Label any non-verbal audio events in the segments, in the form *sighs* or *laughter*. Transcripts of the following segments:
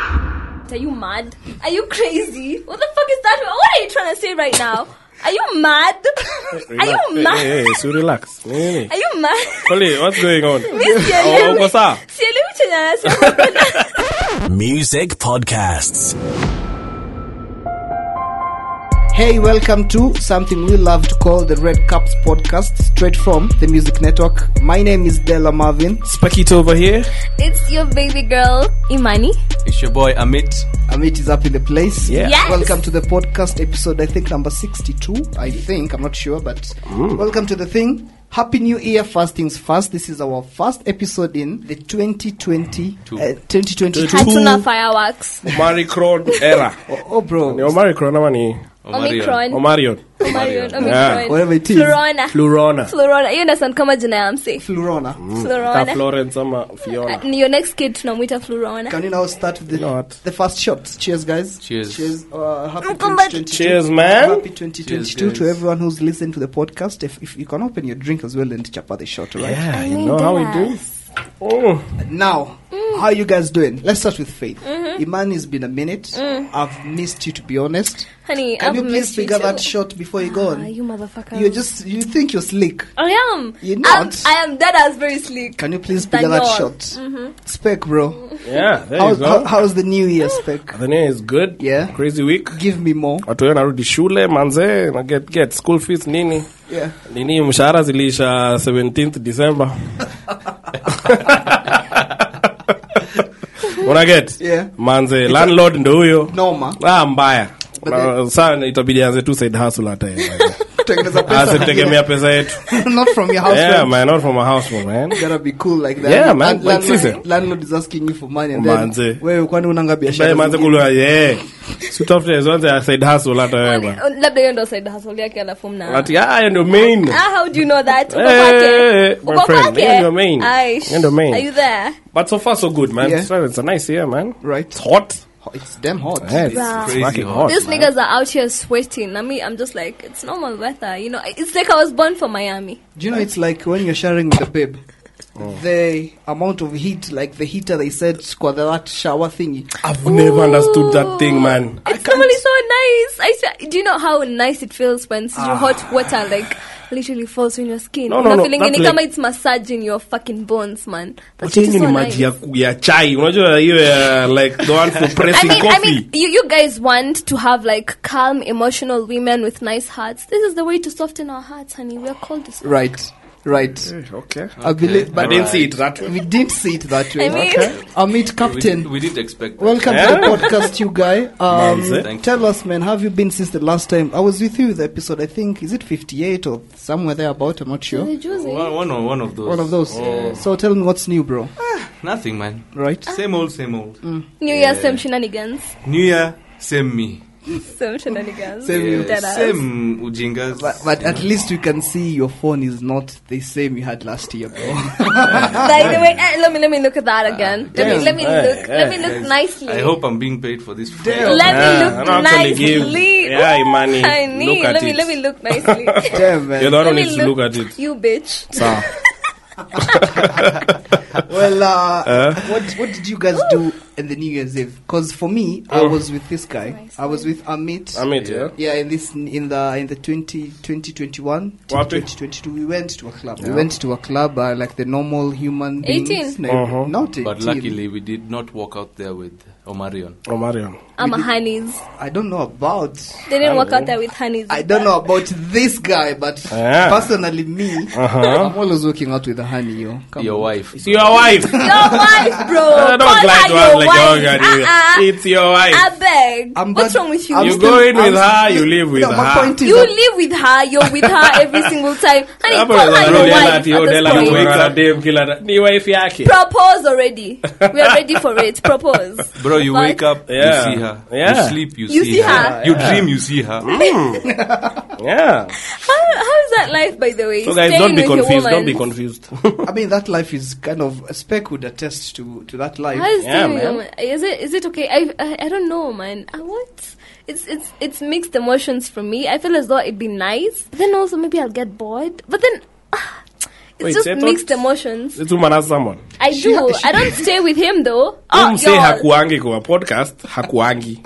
act? Are you mad? Are you crazy? What the fuck is that? What are you trying to say right now? Are you mad? Are Relax. you mad? Hey, hey, hey, so relax. Nini? Are you mad? *laughs* Koli, what's going on? Mimi sielewi. Oh, uko sawa? Sielewi chenye anasema. Music podcasts. Hey, welcome to something we love to call the Red Cups podcast, straight from the Music Network. My name is Della Marvin. Spakito over here. It's your baby girl, Imani. It's your boy Amit. Amit is up in the place. Yeah. Yes. Welcome to the podcast episode, I think number 62. I think, I'm not sure, but welcome to the thing. Happy New Year, first things first. This is our first episode in the 2020, uh, 2022. Two. Hatuna fireworks. Omaricron era. Oh, oh, Ni bro. Omaricron ama ni Oh, Omicron. Omarion? Omarion. Yeah. Omicron. Whatever it is. Florona. Florona. Florona. Hiyo ndio kama jina ya mse. Mm. Florona. Mm. Ka eh? Florona. Florence ama Fiona. Ni your next kid tunamuita Florona. Can you now start with the, know what? the first shot? Cheers, guys. Cheers. Cheers. Uh, happy back. 2022. Cheers, man. Happy 2022 Cheers, to guys. everyone who's listened to the podcast. If, if you can open your drink as well and chapa the shot, all right? Yeah, you mean, know how we Della. do. Oh, Now, Mm. how you guys doing? Let's start with Faith. Mm-hmm. Imani, it's been a minute. I've missed you, to be honest. Honey, Can Mm. I've you please missed you figure that too. shot before you go Ah, on? you motherfucker. You just you think you're slick. I am. You're I'm- not. I am dead as very sleek. Can you please Than figure that yours. shot? Mm-hmm. Spec, bro. yeah, there you How's, go. how, how's the new year, Spec? The name is good. Yeah. Crazy week. Give me more. Watu wengi narudi shule manze, na get get school fees nini? Yeah. Nini mshahara ziliisha 17th *laughs* December. Una get? Yeah. Manze landlord ndo huyo. Noma. Ah mbaya. But Na- then- Sasa itabidi aanze tu side hustle hata yeye. Tengeneza pesa. Asitegemea pesa yetu. *laughs* Not from your house. Yeah, man, not from a house man. You gotta be cool like that. Yeah, man, And like landlord, sisi. landlord is asking you for money and then Manze. wewe kwani unanga biashara? Bae manze zingine? kulwa yeah. Si utafute zonze ya side hustle hata wewe bwana. Oh, labda hiyo ndo side hustle yake alafu mna Ati ah, hiyo ndio main. ah, how do you know that uko Hey, hey, kwake hey, eh, my uko friend, kwake hiyo ndio main. Aish. Hiyo ndio main. are you there But so far so good, man. Yeah. It's, it's a nice year, man. Right. It's hot. It's damn hot. Yeah, it's, Wow. it's Crazy fucking hot. hot. these man. niggas are out here sweating i mean i'm just like it's normal weather you know it's like i was born for miami Do you know it's like when you're sharing with a babe? The amount of heat, like the heater they said for that shower thingy. I've never understood that thing, man. it's normally so nice i swear- do you know how nice it feels when your hot water like literally falls on your skin Ah. No, no, Una no, feeling that ini like- kama it's massaging your fucking bones man That Wacha shit is yenye ni so maji nice. ya, ku- ya chai unajua hiyo ya like the one for I pressing mean, I coffee mean, you, you guys want to have like calm, emotional women with nice hearts. This is the way to soften our hearts, honey. We are called this. Right, right. okay I believe, I but didn't see it that way we didn't see it that way. I mean- Okay. Amit We, Captain. did, we did expect that. Welcome to the Yeah. podcast, you guy. *laughs* Manze. Um, Thank tell us, man, how have you been since the last time? I was with you the episode. I think is it fifty-eight or somewhere thereabout. I'm not sure. The Jews, eh? one, one, of, one of those. One of those. Oh, So tell me what's new, bro. Nothing, man. Right? Same old, same old. Mm. New Year, same shenanigans. New year, same me. Same shenanigans. Same you. Yeah, Deadass. same ujingas. But, but at least you can see your phone is not the same you had last year, bro. *laughs* By the way, eh, let me let me look at that again. Let me let me Ah, Damn. look. Let me Eh, look nicely. I hope I'm being paid for this. Damn. Let me Yeah, look I don't actually give- nicely. Yeah, Imani, Honey, look at let me it. let me look *laughs* nicely. Damn, man. you're the one who Let me needs to look at it You bitch. sawa Well, *laughs* uh, what what did you guys do in the New Year's Eve? Because for me, I Oh. was with this guy. I was with Amit. Amit yeah Yeah, in this in the in the 20, 2021 till Wapi? 2022 we went to a club. We went to a club uh, like the normal human beings. 18. No, Mhm. Not 18. Uh-huh. But luckily, we did not walk out there with Omarion. oh Marion I'm a honeys. I don't know about They didn't work out there with honeys. I don't know about this guy, but Yeah. personally me, Uh-huh. I'm always working out with a honey, yo. Come Your on. wife. it's your wife Your wife, *laughs* bro. Uh, Oh, Call don't her glide to us your like wife. you're gonna Uh-uh. it's your wife I beg. I'm What's bad- wrong with you? I'm You You, go in with her, you live with no, My her. point is you that- live with her. You're with *laughs* her every single time. Honey, Hapo call her your unaweza dela wife. ati, oh, at this dela point. anakuanga na dem kila da- ni wife yake Propose already. We are ready for *laughs* it. Propose. Bro, you Fuck. wake up, Yeah. you see her. Yeah. You sleep, you, You see her. You dream, you see her. yeah How, how is that life, by the way? so guys Staying don't be with your confused don't be woman. confused *laughs* I mean, that life is kind of Spec would attest to to that life. *laughs* How is Yeah, staying with your man. woman? Is it is it okay? I I, I don't know, man. I, what? It's it's it's mixed emotions for me. I feel as though it'd be nice, but then also maybe I'll get bored. But then. ah, It's Wait, just I thought- mixed emotions. This woman has someone. I do. I *laughs* don't stay with him though. Oh, Oh, Mse y'all. hakuangi kwa podcast, *laughs* hakuangi.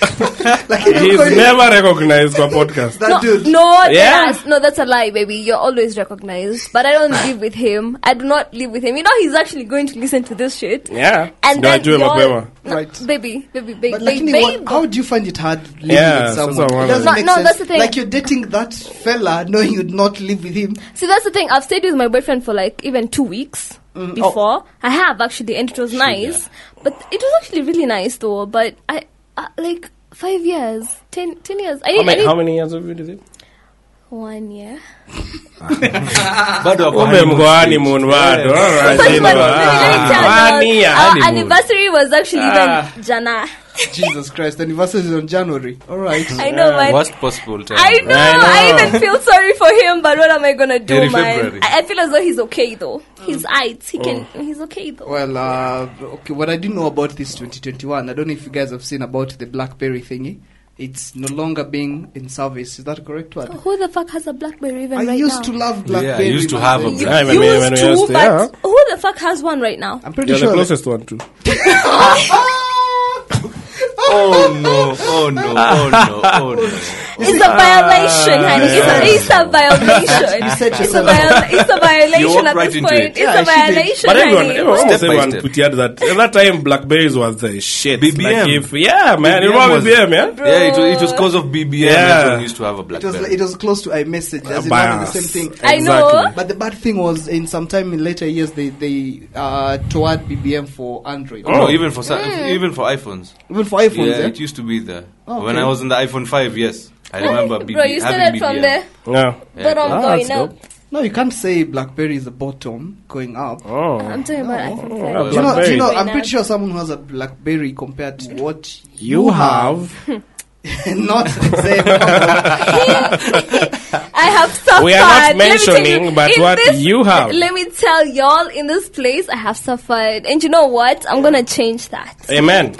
Lakini He ukweli- is never recognized kwa podcast. that No, dude. no, Yeah. that's, no, that's a lie, baby. You're always recognized. But I don't live with him. I do not live with him. You know, he's actually going to listen to this shit. Yeah. And Ndio then ajue y'all- mapema. No, Right. baby, baby, baby, But baby. lakini what, how do you find it hard living Yeah, with sasa someone? It wala- doesn't No, make no, sense. that's the thing. Like you're dating that fella knowing you'd not live *laughs* with him. See, that's the thing. I've stayed with my boyfriend for like even two weeks Mm, oh. before. I have actually, and it was nice. But it was actually really nice though. But I, I like five years, ten, ten years. I How need, I many, need how many years have you been with him? one *laughs* year. Ah. Bado wako Kumbe honeymoon mko stage. honeymoon bado. Yeah. All right, Sorry, you know, but let me tell you, ah, one year. our honeymoon. anniversary was actually Ah. then Jana. Jesus Christ, anniversary is on January. All right. I know, but Worst possible time. I know, I know. I even feel sorry for him, but what am I gonna do, Very man? February. I, I feel as though he's okay though. He's Mm. aight. He can. Oh. He's okay though. Well, uh, okay. What I didn't know about this 2021, I don't know if you guys have seen about the BlackBerry thingy. It's no longer being in service. Is that a correct word? Who the fuck has a BlackBerry Oh, even I right used now? to love Yeah, I BlackBerry. used to man. have a You- Black- Yeah, when we- used when we to, used to, but yeah. who the fuck has one right now? I'm pretty You're sure. Ah! the closest one too. *laughs* *laughs* Oh no, oh no, oh no, Ah. oh no. It's a violation, honey. It's, a, it's a violation. You said it's, a yourself. viol- it's a You violation walked at right this into point. it. It's Yeah, a she did. violation, But everyone, honey. everyone, almost Step by everyone step. put out that at that time Blackberries was the shit. BBM. Like if, yeah, man, you BBM remember was- BBM, yeah. Yeah, it, wa- it was cause of BBM. Yeah. Everyone used to have a It was, BlackBerry. it was close to iMessage. As in Bias. one and the same Eh. thing. I know. But the bad thing was, in some time in later years, they they uh, toward BBM for Android, Oh. No, even for sa- even for iPhones. even for iPhones. Oh. yeah, eh? it used to be there. Okay. When I was in the iPhone 5, yes. I remember BB, Bro, you started having from BBM. the Yeah. bottom Ah, that's going up. dope. No, you can't say BlackBerry is the bottom going up. Oh. I'm talking about iPhone yeah, Do you know, do you know, Blackberry. I'm pretty sure someone who has a BlackBerry compared to what You have. *laughs* not *laughs* the 5. *laughs* I have suffered. We are not Let me tell mentioning, you, but in what this- you have. Let me tell y'all, in this place, I have suffered. And you know what? I'm gonna change *laughs* that. Amen.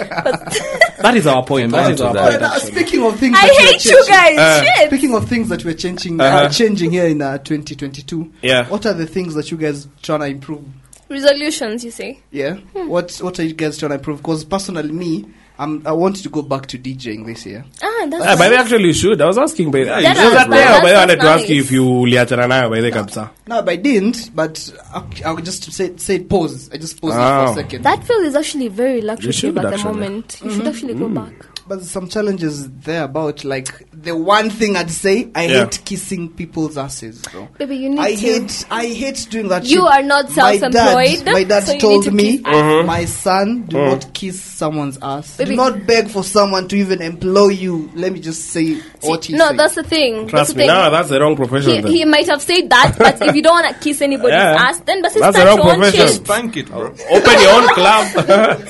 that is our point. Amen That is to our that. point. same. actually. uh, Speaking of things, I that we're hate you changing- guys. Uh, Shit. Speaking of things that we're changing, Uh-huh. uh, changing here in uh, 2022. Yeah. What are the things that you guys trying to improve? Resolutions, you say? Yeah. Hmm. What What are you guys trying to improve? Because personally, me, I'm, I want to go back to DJing this year. Ah, that's Ah, by the way, nice. actually, you should. I was asking, by the Yeah, way. So that's that day, nice. by the way, I wanted That's to ask nice. you if you uliachana nayo by the way kabisa. No, but I didn't. But I, I would just say say pause. I just paused it Wow. for a second. That field is actually very should lucrative at the actually. Mm-hmm. Mm. moment. You should actually go back. But there's some challenges there about like the one thing I'd say I Yeah. hate kissing people's asses, bro. Baby, you need I to. hate I hate doing that. You shit. are not My dad- self-employed, My dad, so you need told to me, kiss Uh-huh. ass. my son, do not kiss someone's ass. Baby. Do not beg for someone to even employ you. Let me just say what he no, said. that's the thing. that's Trust the thing. me. No, that's the wrong profession. then. he, he might have said that, but if you don't want to kiss anybody's *laughs* Yeah. ass, then but start That's the wrong your own profession. shit. *laughs* Spank it, bro. Open your own club.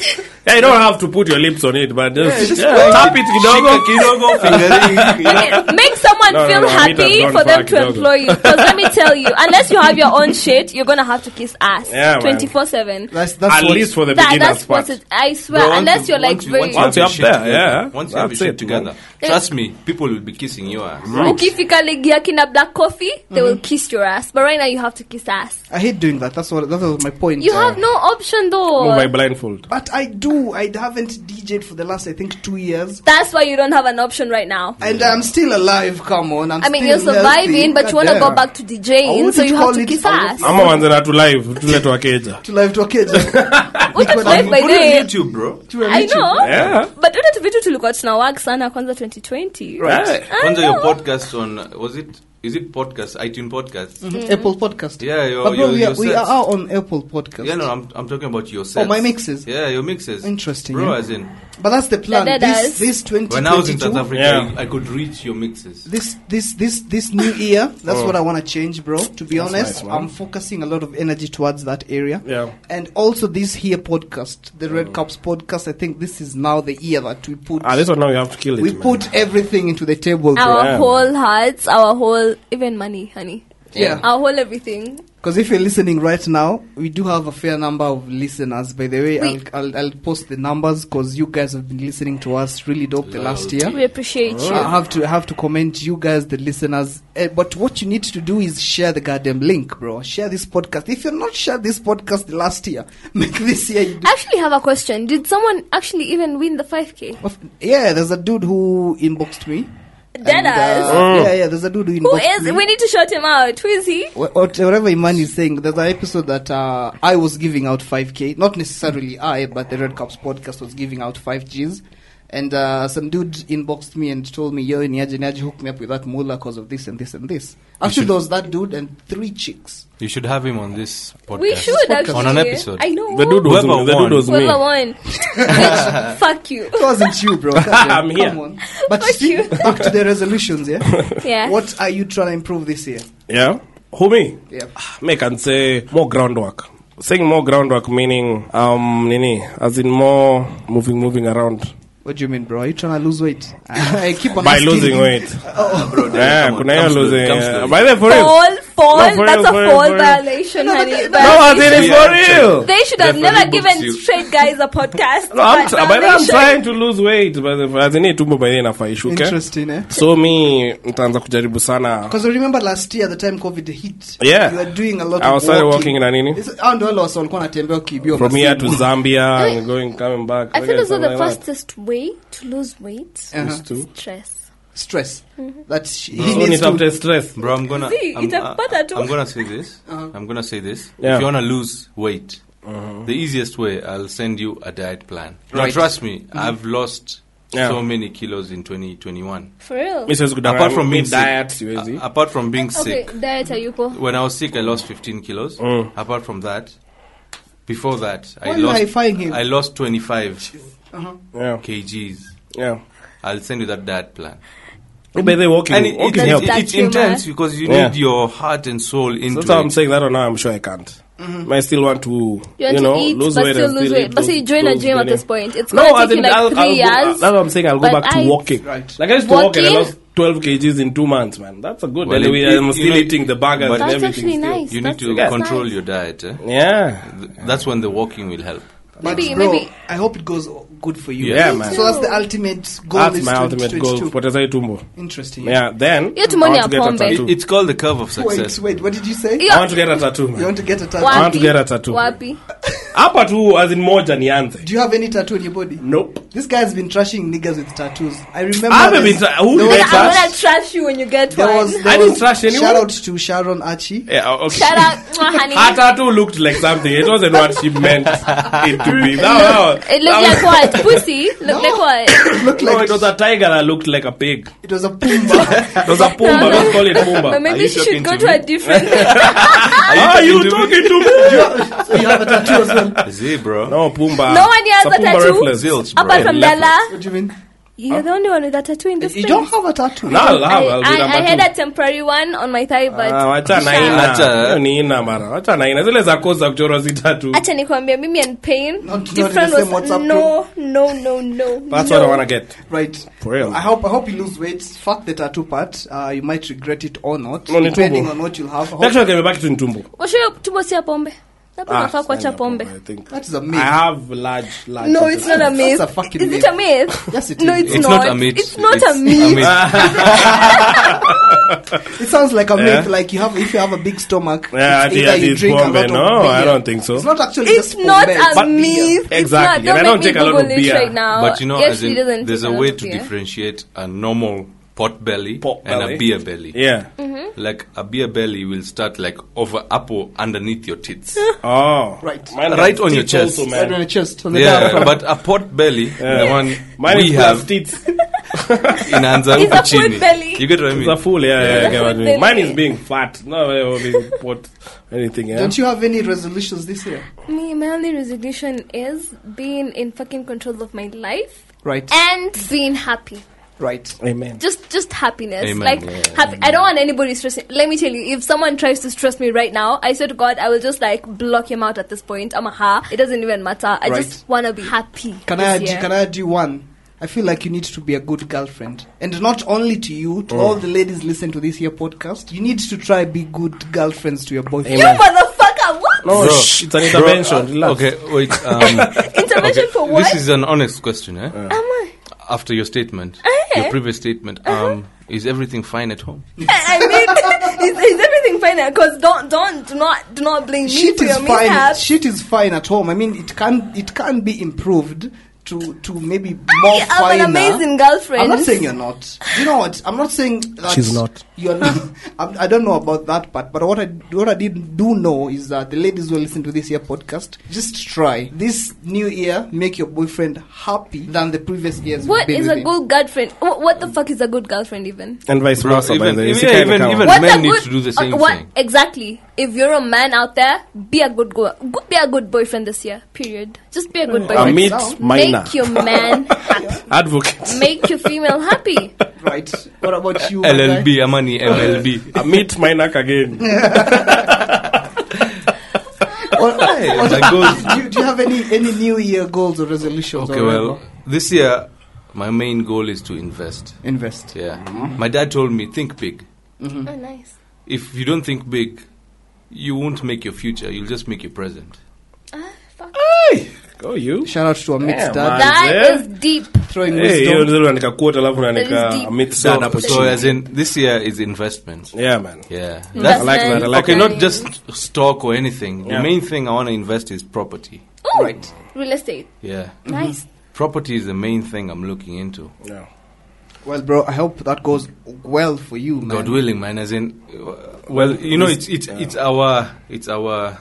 yeah, you don't have to put your lips on it, but just, just yeah, like- tap it kidogo. Shika *laughs* kidogo, fingering, *laughs* you know. Okay, Make someone No, no, feel no, I mean that's happy gone for them far, to kidogo. employ you. Because let me tell you, unless you have your *laughs* own shit, you're gonna have to kiss ass Yeah, man. twenty four seven. that's, that's At what- least for the That that's beginner's part. what it. I swear, Bro, once unless you- you're like once you- very. once you have Once you're your up shit there, together- yeah. Once you have your That's shit it, together, man. trust me, people will be kissing your ass. Ukifika ligi yake na black coffee, they will Mm-hmm. kiss your ass. But right now you have to kiss ass. I hate doing that. That's what that was my point. You Uh, have no option though. Move by blindfold. but I do. I haven't DJed for the last I think two years. That's why you don't have an option right now. And I'm still alive. Come on, I'm I mean, still you're surviving, healthy. but you want to Goddamn. go back to I DJing, wouldn't so you call have to it- kiss I wouldn't ass. call ama wanze na tulive tuletwa keja Tulive to a *laughs* Mm-hmm. cage. What a life, by Put the way. it on YouTube, bro. I know. Yeah. But una tu vitu tulikuwa tunawag sana kwanza 2020. Right. I Kwanza your know. podcast on uh, was it is it podcast iTunes podcast? Mm-hmm. Apple Podcast. Yeah, your- but bro, your- we, are, your we sets. are on Apple Podcast. Yeah, no, I'm I'm talking about your sets. Oh, my mixes? Yeah, your mixes. Interesting, bro. yeah. As in, but that's the plan. Yeah, that This, does. this 2022, when I was in South Africa, Yeah. I, I could reach your mixes. this this this this new year, that's Oh. what I want to change, bro. To be honest, nice, man. I'm focusing a lot of energy towards that area. Yeah. and also this here podcast, the Red Cups podcast. I think this is now the year that we put ah, this one now you have to kill it we man. put everything into the table. Bro. Our Yeah. whole hearts, our whole, even money, honey. Yeah. Our whole everything. Because if you're listening right now, we do have a fair number of listeners. By the way, I'll, We- I'll, I'll post the numbers because you guys have been listening to us really dope the last year. We appreciate you. I have to I have to commend you guys, the listeners. Eh, but what you need to do is share the goddamn link, bro. Share this podcast. If you're not share this podcast the last year, *laughs* make this year. You do. I actually have a question. Did someone actually even win the 5K? Of- Yeah, there's a dude who inboxed me. And, Deadass. uh, yeah, yeah. There's a dude who Who inboxed is? me. We need to shout him out. Who is he? Wha- what- Whatever Iman is saying, there's an episode that uh, I was giving out 5k. Not necessarily I, but the Red Cups podcast was giving out 5Gs. And uh, some dude inboxed me and told me, yo, Niaje, Niaje, hook me up with that mullah because of this and this and this. Actually, should- there was that dude and three chicks. You should have him on this podcast. We should actually. On an episode. I know. The dude was, Whoever the dude won. was me. Whoever *laughs* won. Bitch, fuck you. It wasn't you, bro. Come I'm on, here. Come on. But Fuck still, you. back to the resolutions, yeah? *laughs* Yeah. What are you trying to improve this year? Yeah. Who me? Yeah. Make and say more groundwork. Saying more groundwork meaning um nini as in more moving moving around What do you mean, bro? Are you trying to lose weight? *laughs* I keep on by asking Oh, losing you. weight. Ah, *laughs* bro, dude, Yeah, come on, kuna hiyo come slowly, losing. come yeah. slowly. By the for real. Fall, fall. No, for That's real, a for real, fall for real. violation, honey. No, Oh, I But think it's for real. They should have That's never when he given books you. straight guys a podcast. No, I'm, but tr- by the way, I'm violation. trying to lose weight but the- as in it tumbo by then afaishuke. Interesting, eh? So me nitaanza kujaribu sana Because I remember last year, the time COVID hit, Yeah. you were doing a lot I of was started walking na nini? Is- hao ndio wale wasa walikuwa wanatembea wakiibiwa from masimu. here to Zambia *laughs* and going coming back. I feel Okay, as though something the like that. fastest way to lose weight Uh-huh. Used to. stress. Stress. Mm-hmm. That sh- he So needs to- nitafute stress. Bro, I'm gonna. See, I'm, uh, itakupata tu. I'm gonna say this. Uh-huh. I'm gonna say this. Yeah. If you wanna lose weight, the easiest way, I'll send you a diet plan. Now, Right. trust me, I've lost Yeah. so many kilos in 2021. For real. Mimi siwezi kudanganya, Apart from being mimi diet sick, siwezi. a- apart from being Okay, sick, diet are you po? when I was sick, I lost 15 kilos. Apart from that, before that, Why I are you lost. high-fiving him? Uh-huh. I lost 25 Yeah. kgs. Yeah. I'll send you that diet plan. By the way, walking, And it, it, walking That's helps. it- it's That's humor. intense because you Yeah. need your heart and soul into That's how I'm it. saying that right now. I'm sure I can't. I still want to, you, You want know, to eat, lose but weight still and lose still weight. But so you join a those gym at many- this point. It's No, gonna I take you think like I'll, 3 I'll go, uh, years. that's what I'm saying. I'll go but back to I- walking. Right. Like I used to walk and I Walking? lost 12 kgs in two months, man. That's a good. Well, and it- we, it- I'm you still know- eating the burgers but- and That's everything. actually still. nice. You need That's to that's control nice. your diet. Eh? Yeah. Th- That's when the walking will help. But Maybe- bro, maybe- I hope it goes good for you. Yeah, man. So that's the ultimate goal. That's is my ultimate goal. 2022. Poteza itumbo. Interesting. Yeah. Then. Hiyo I tumeone want ya to get a pombe. tattoo. It- it's called the curve of Wait, success. wait. What did you say? Yeah. I want to get a tattoo, You man. want to get a tattoo? Wapi? want to get a tattoo. Wapi? Hapa tu, as in moja nianze. Do you have any tattoo on your body? Nope. This guy has been trashing niggas with tattoos. I remember. I haven't this- been tra- who there did was- I I'm gonna trash you when you get There one. *laughs* was, there I didn't was- trash anyone. Shout out to Sharon *coughs* Archie. Yeah, oh, okay. Shut up, Mwah, honey. Her tattoo looked like something. It wasn't what she meant it to be. That, that, It looked like what? Pussy? Looked like what? Looked no, like it was a tiger that looked like a pig. it was a pumba. It was a *laughs* pumba. No, no. Let's call it But pumba. Are maybe you she should talking go to to me? a different. Are you talking to *laughs* me? *laughs* so you have a tattoo as well. What Z, bro. No, pumba. No one It's here has a Pumba tattoo? reference. Zilch, bro. Apart from Leopard. Lala, do you mean? you're the only one with a tattoo in this You place. don't have a tattoo. No, I'll I, have. I'll do I, I number had two. a temporary one on my thigh, but Ah, wacha na ina. Acha. Hiyo ni ina mara. Wacha na ina. Zile za kosa kuchorwa si tattoo. acha nikwambia mimi and pain Not- not different in the same was WhatsApp no no no no That's no. what I want to get. Right. For real. I hope I hope you lose weight. Fuck the tattoo part. Uh, you might regret it or not, No, ni depending tumbo. on what you'll have. I hope- Next one can be back to Ntumbo. washoe tubo si ya pombe Labda Ah, unafaa kuacha pombe I think. That is a I myth. have large, large. no it's not a myth That's a fucking is myth. it a myth Yes, it no is. it's, It's not not a myth. it's not a It's myth It sounds like a myth. Yeah. Like you have, if you have a big stomach, Yeah, it's I think- either I think you it's drink a Bombay. lot of No, beer. I don't think so. It's not actually it's just not Bombay. a But beer. myth it's not Exactly. don't And I make don't me take a lot Google of it beer. right now But you know, Yes, as she in, doesn't there's take a lot way of to beer. differentiate a normal pot belly Pot and belly. a beer belly. Yeah. Mm-hmm. Like a beer belly will start like over apple underneath your tits. Oh. Right. Mine Right has on your teeth chest. Also, Right on man. your chest. on the down yeah, front. but a pot belly, the one Mine we is have have *laughs* teeth. inaanza It's a huku chini. food belly. You get what I It's a mean? fool, *laughs* yeah, yeah, I get what you mean. Definitely. Mine is being fat. No, I will be pot, anything, yeah. don't you have any resolutions this year? me my only resignation is being in fucking control of my life Right. and being happy Right. Amen. just just happiness Amen. like Yeah. happy i don't want anybody stressing let me tell you if someone tries to stress me right now i swear to god i will just like block him out at this point i'm a ha it doesn't even matter i Right. just want to be happy Can this I add, year. can I add you one? I feel like you need to be a good girlfriend. And not only to you, to all the ladies listen to this here podcast, you need to try be good girlfriends to your boyfriend. You motherfucker, what? No, Bro. shh, it's an intervention. Uh, Relax. okay, wait. *laughs* Um, Intervention okay, for what? Uh-huh. This is an honest question, eh? Am I? Uh-huh. After your statement, Eh. your previous statement, um, is everything fine at home? I I mean, *laughs* is, is everything fine? Because don't, don't, do not, do not blame me shit for is your fine. mishap. Shit is fine at home. I mean, it can it can be improved to to maybe more I am an finer. amazing girlfriend. I'm not saying you're not. You know what? I'm not saying that She's not. You're not. *laughs* I'm, I don't know about that part, but what I what I did do know is that the ladies who listen to this year podcast just try this new year make your boyfriend happy than the previous years. What we've been is with a him. good girlfriend? Wh- What the fuck is a good girlfriend even? And vice Bro, versa, by even- the way. even- It's a kind of even- cow. even- What men a need good, to do the same uh, what, thing. Exactly. If you're a man out there, be a good go- go- be a good boyfriend this year. Period. Just be a good boyfriend. Amit Now, Maina, Make your *laughs* man happy. advocate. Make your female happy. right? What about you? my guy? LLB, Amani, *laughs* MLB. Amit Mainak again. *laughs* What- Hey, what- that goes- do, you, do you have any any new year goals or resolutions? Okay, or well, whatever? this year, my main goal is to invest. invest. Yeah. Mm-hmm. My dad told me, think big. Oh, nice. If you don't think big, you won't make your future, you'll just make your present. Ah, fuck. Hey, go Oh, you. Shout out to our mixed Yeah, man. dad That eh? is deep. throwing Hey, wisdom. hiyo ndio unaandika quote alafu unaandika That is deep. Amit So, Dad hapo so chini. as in, this year is investments. Yeah, man. Yeah. I like that, I Investment, like okay, it. not just stock or anything. Yeah. The main thing I want to invest is property. Ooh, Right. Real estate. Yeah. Nice. Property is the main thing I'm looking into. Yeah. Well, bro, I hope that goes well for you, man. God willing, man. As in, uh, well, you know, it's it's it's our it's our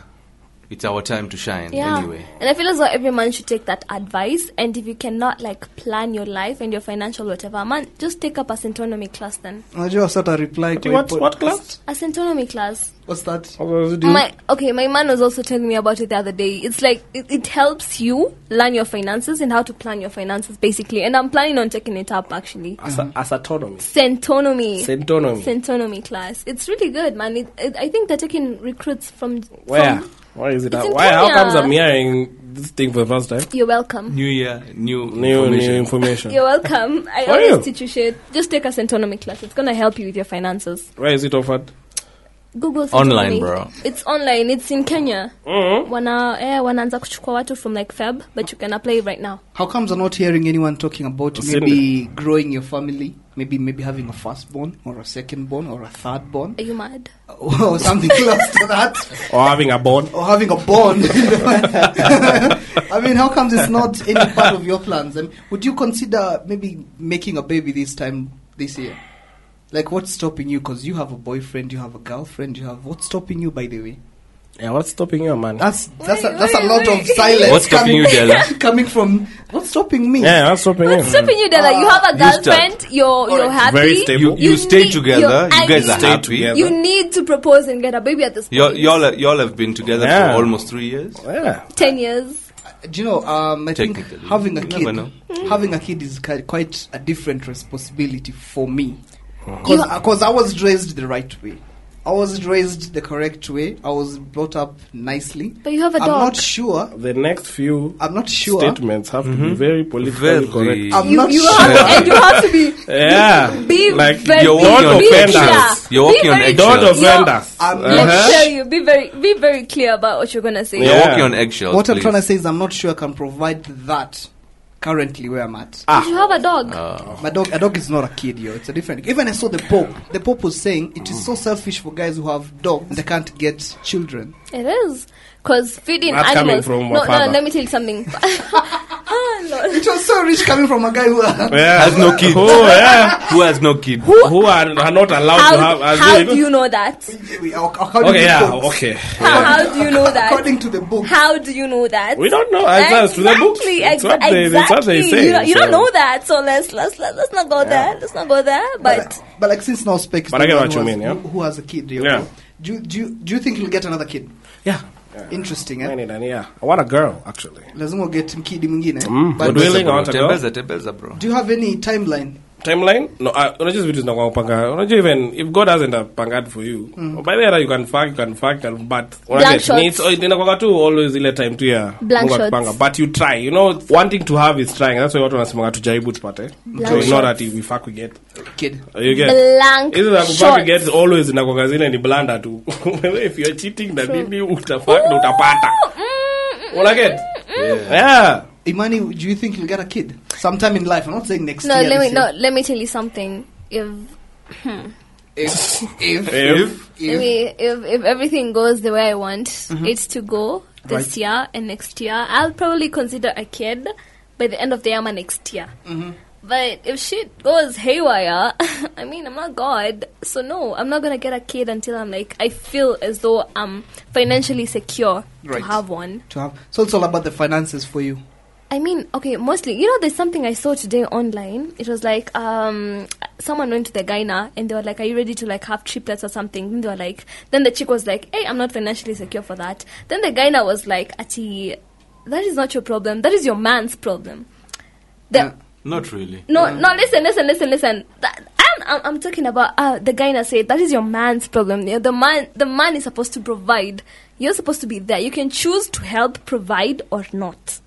it's our time to shine. Yeah. Anyway, And I feel as though every man should take that advice. And if you cannot like plan your life and your financial whatever, man, just take up a centonomy class then. Unajua sasa reply kwa hii What, pod- what class? A centonomy class. What's that? What was it doing? My okay, my man was also telling me about it the other day. It's like it, it helps you learn your finances and how to plan your finances basically. And I'm planning on taking it up actually. Asa- asatonomy. Centonomy. Centonomy. Centonomy class. It's really good, man. It, it, I think they're taking recruits from Where? From, Why is it? It's in Why? How Kenya. comes I'm hearing this thing for the first time? you're welcome. new year, new New new information. information. You're *laughs* welcome. I Why always you? teach you shit. Just take a centonomy class. It's gonna help you with your finances. Where is it offered? Google centonomy. Online, bro. It's online. It's in Kenya. Mm-hmm. Wana eh, wanaanza kuchukua watu from like Feb, but you can apply right now. How comes I'm not hearing anyone talking about Send maybe growing your family, maybe maybe having a firstborn or a secondborn or a thirdborn *laughs* Are you mad? or something close to that, Or having a bond? or having a born? *laughs* I mean, how comes it's not any part of your plans? And would you consider maybe making a baby this time this year? Like, what's stopping you? Because you have a boyfriend, you have a girlfriend, you have. What's stopping you, by the way? Yeah, what's stopping you, man? That's that's a, Wait, that's a wait, lot of wait. silence. What's stopping you, Della? *laughs* coming from what's stopping me? yeah, what's stopping you? What's stopping you, Della? you have a you start. girlfriend. You're you're Alright. happy. Very stable. You, you, You stay need- together. you're- You guys I are need- happy. Stay You need to propose and get a baby at this point. Y'all, y'all, are- y'all have been together Yeah. for almost three years. Yeah. ten years. Do you know? Um, I think Technically, having a you kid, Mm. never know. having a kid is ki- quite a different responsibility for me, Uh-huh. because I was raised the right way. I was raised the correct way. I was brought up nicely. But you have a I'm dog. not sure. The next few I'm not sure. statements have to be very politically Very. correct. I'm you not you sure. have and you have to be Yeah. be *laughs* like, very you're be, walking don't on be offend clear. eggshells. You're Be walking on very- eggshells. Don't offend Yo, us. Uh-huh. I'm Let me not tell you. Be very be very clear about what you're gonna say. You're Yeah. walking on eggshells. What I'm please. trying to say is, I'm not sure I can provide that currently where I'm at. Ah. Ah. Did you have a dog? Uh. My dog, a dog is not a kid, yo. It's a different. Even I saw the Pope. The Pope was saying it is so selfish for guys who have dogs. They can't get children. It is. Because feeding Not coming animals. from a no, no, father. no, let me tell you something. *laughs* Ah, Lord. *laughs* It was so rich coming from a guy who. uh, *laughs* Yeah. Has no kids. Oh, yeah. Who has no kid? Who are, are not allowed to How, have. as how in- do you know that? We- according to Okay, yeah, the books. okay. How, how do you know that? According to the book, How do you know that? We don't know. It's us, the books. It's what they- it's what they exactly. say, You, don't, you so- don't know that, so let's let's let's, let's not go there. Let's not go there. But but, but like since now speaks. But I get the what you one who has- mean, yeah? Who, who has a kid? Yo. Yeah. Do you, do you, do you think you'll get another kid? Yeah. Interesting, I eh? need an- yeah. I want a girl, actually. Lazima get kid mingine. Mm, But God willing. Tembeza, I want to go. Tembeza, Tembeza, bro. do you have any timeline? timeline no uh, unajua vitu zinakuwa upanga unajua even if god hasn't a pang ad for you mm. by the way you can fuck you can fuck you can but Blank shots. inakuwa oh, tu always ile time tu ya Blank Mungu shots. akipanga but you try you know wanting to have is trying that's why watu wanasema tujaribu tupate so shots. not that we fuck we get Kid. you get Blank hizo za kufuck shots. we get always inakuwa zile ni blanda tu *laughs* wewe if you are cheating na nini utafuck na utapata Mm, una get yeah Imani, do you think you'll get a kid sometime in life? I'm not saying next No, year. let me this no, year. let me tell you something. If hmm. If, If- if, if, if, if, if everything goes the way I want it's to go this year and next year, I'll probably consider a kid by the end of the year or next year. But if shit goes haywire, *laughs* I mean, I'm not God, so no, I'm not gonna get a kid until I'm like I feel as though I'm financially secure Right. to have one. to have, so it's all about the finances for you. I mean, okay, mostly, you know, there's something I saw today online. It was like, um, someone went to the gyna and they were like, are you ready to like have triplets or something? Then they were like, then the chick was like, hey, I'm not financially secure for that. Then the gyna was like, ati, that is not your problem. That is your man's problem. The, Yeah. Not really. no, no, listen, listen, listen, listen. That, I'm, I'm, I'm talking about uh, the guy that said that is your man's problem. Yeah, The man, the man is supposed to provide. You're supposed to be there. You can choose to help provide or not.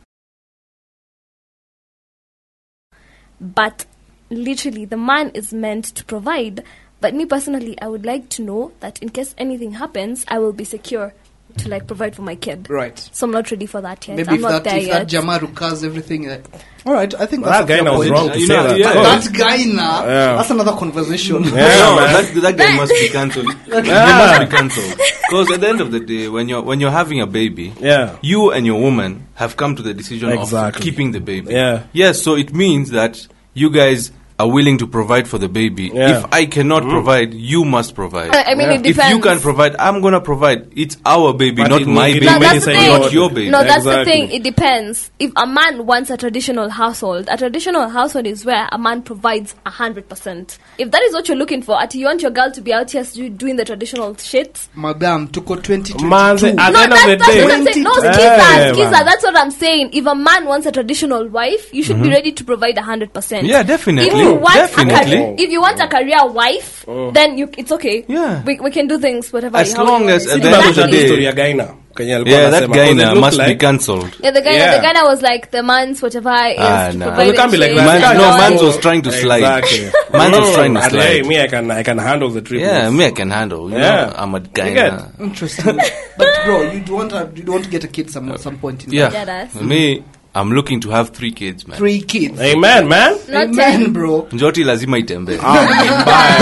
But literally, the man is meant to provide. But me personally, I would like to know that in case anything happens, I will be secure to like provide for my kid. Right. So I'm not ready for that yet. Maybe I'm if not that there if that yet. Jama recurs everything. Like, all right, I think Well, that's that guy a fair was point. wrong to You say know, that yeah. Oh, That guy now, Yeah. that's another *laughs* conversation. Yeah, no, man. that, that guy must be cancelled. That guy must be cancelled. Because at the end of the day, when you're when you're having a baby, Yeah. you and your woman have come to the decision Exactly. of keeping the baby. Yeah. Yes, so it means that you guys are willing to provide for the baby. Yeah. If I cannot provide, you must provide. I- I mean, it If you depends. can provide, I'm gonna provide. It's our baby, But not it my need- baby, it No, Maybe that's it's the a thing. lot. not your baby. No, that's the Exactly. thing. It depends. If a man wants a traditional household, a traditional household is where a man provides hundred percent. If that is what you're looking for, at you want your girl to be out here s- doing the traditional shit. Madam, Tuko 2022. Manze, at the No, end of that's, the that's day what I'm saying. No, Yeah, Kiza, man. Kiza, that's what I'm saying. If a man wants a traditional wife, you should be Mm-hmm. ready to provide hundred percent. Yeah, definitely. If you want, A, Definitely. career, if you want a career wife, Oh. then you, it's okay. Yeah. we, we can do things whatever. As how you long want as it. at the That was the Exactly. story ya Gaina. Kenye alikuwa yeah, that anasema. guy Because it now looked must be "Oh, like- cancelled. Yeah, the guy, Yeah. the guy that was like the man's whatever is Ah, to nah. provide. Well, it can't be like a that. place Man's- and no, all. man's was trying to slide. Exactly. *laughs* Man's was trying to And, hey, slide. me, I can, I can handle the trip. Yeah, me I can handle. You Yeah. know, I'm a guy. You get- now. Interesting. but bro, you want to, you want to get a kid some at some point in life. Yeah. Dead ass. Me, I'm looking to have three kids, man. Three kids. Amen, *laughs* man. Not Amen, ten. bro. Njoti lazima itembee. Ah.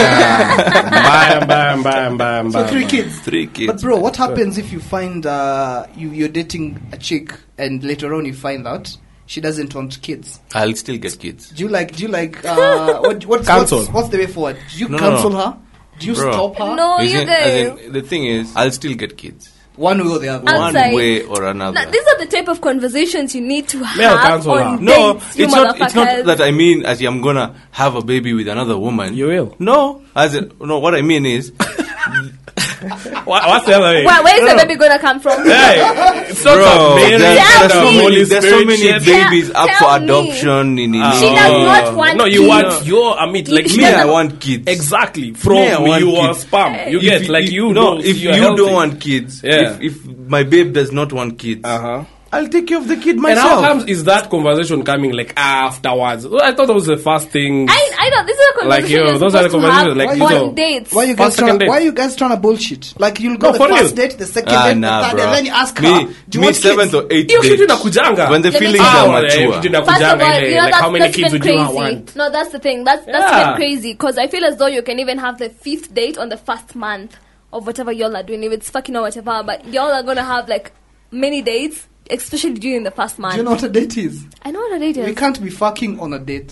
Mbaya, mbaya, mbaya, mbaya, So mbaya. three kids. Three kids. But bro, what happens if you find uh, you, you're dating a chick and later on you find out she doesn't want kids? I'll still get kids. Do you like? Do you like? *laughs* Uh, what, what's, Cancel. What's, what's the way forward? Do you No, no, cancel no. her? Do you Bro. stop her? No, As Oh, you in- as guys. in, the thing is, I'll still get kids. One way or the other. I'll One say- way or another. Now, these are the type of conversations you need to Me, I'll have cancel her. on no, dates, you it's not. It's not motherfuckers. that I mean as I'm gonna have a baby with another woman. You will. No, as in, no. What I *laughs* mean is, What- What's the other way? Where, where's the baby gonna come from? Hey, it's not bro, from Mary, there's, Tell there's it's not so from me. many, Holy there's so Spirit many shit. Tell- babies up tell for me. adoption. In, in, She in- does not want No, you kids. want your amit. Like She me, me, I doesn't- want kids. exactly. From Yeah, I me, want you are kids. spam. You If get, like, you no, know if you you're healthy. don't want kids, Yeah. if, if my babe does not want kids, Uh-huh. I'll take care of the kid And myself. how comes is that conversation coming like afterwards? Well, I thought that was the first thing. I, I know these are the Like, conversations yo, you're those are the supposed to have conversations, like, on you know. dates. Why you First, guys trying? second date. Why you guys trying to bullshit? Like you'll go No, the for first real. date, the second Ah, date, nah, the third, bro. and then you ask me, her, "Do you me want seventh kids?" or eighth hiyo kitu date, inakujanga when the Let me feelings tell are you. Ah, hiyo kitu mature. First of inakujanga all, ile, you know like, that's, how many that's kids been would you not crazy. want? No, that's the thing. That's that's Yeah. been crazy because I feel as though you can even have the fifth date on the first month of whatever y'all are doing, if it's fucking or whatever. But y'all are gonna have like many dates, especially during the first month. Do you know what a date is? I know what a date We is. can't be fucking on a date.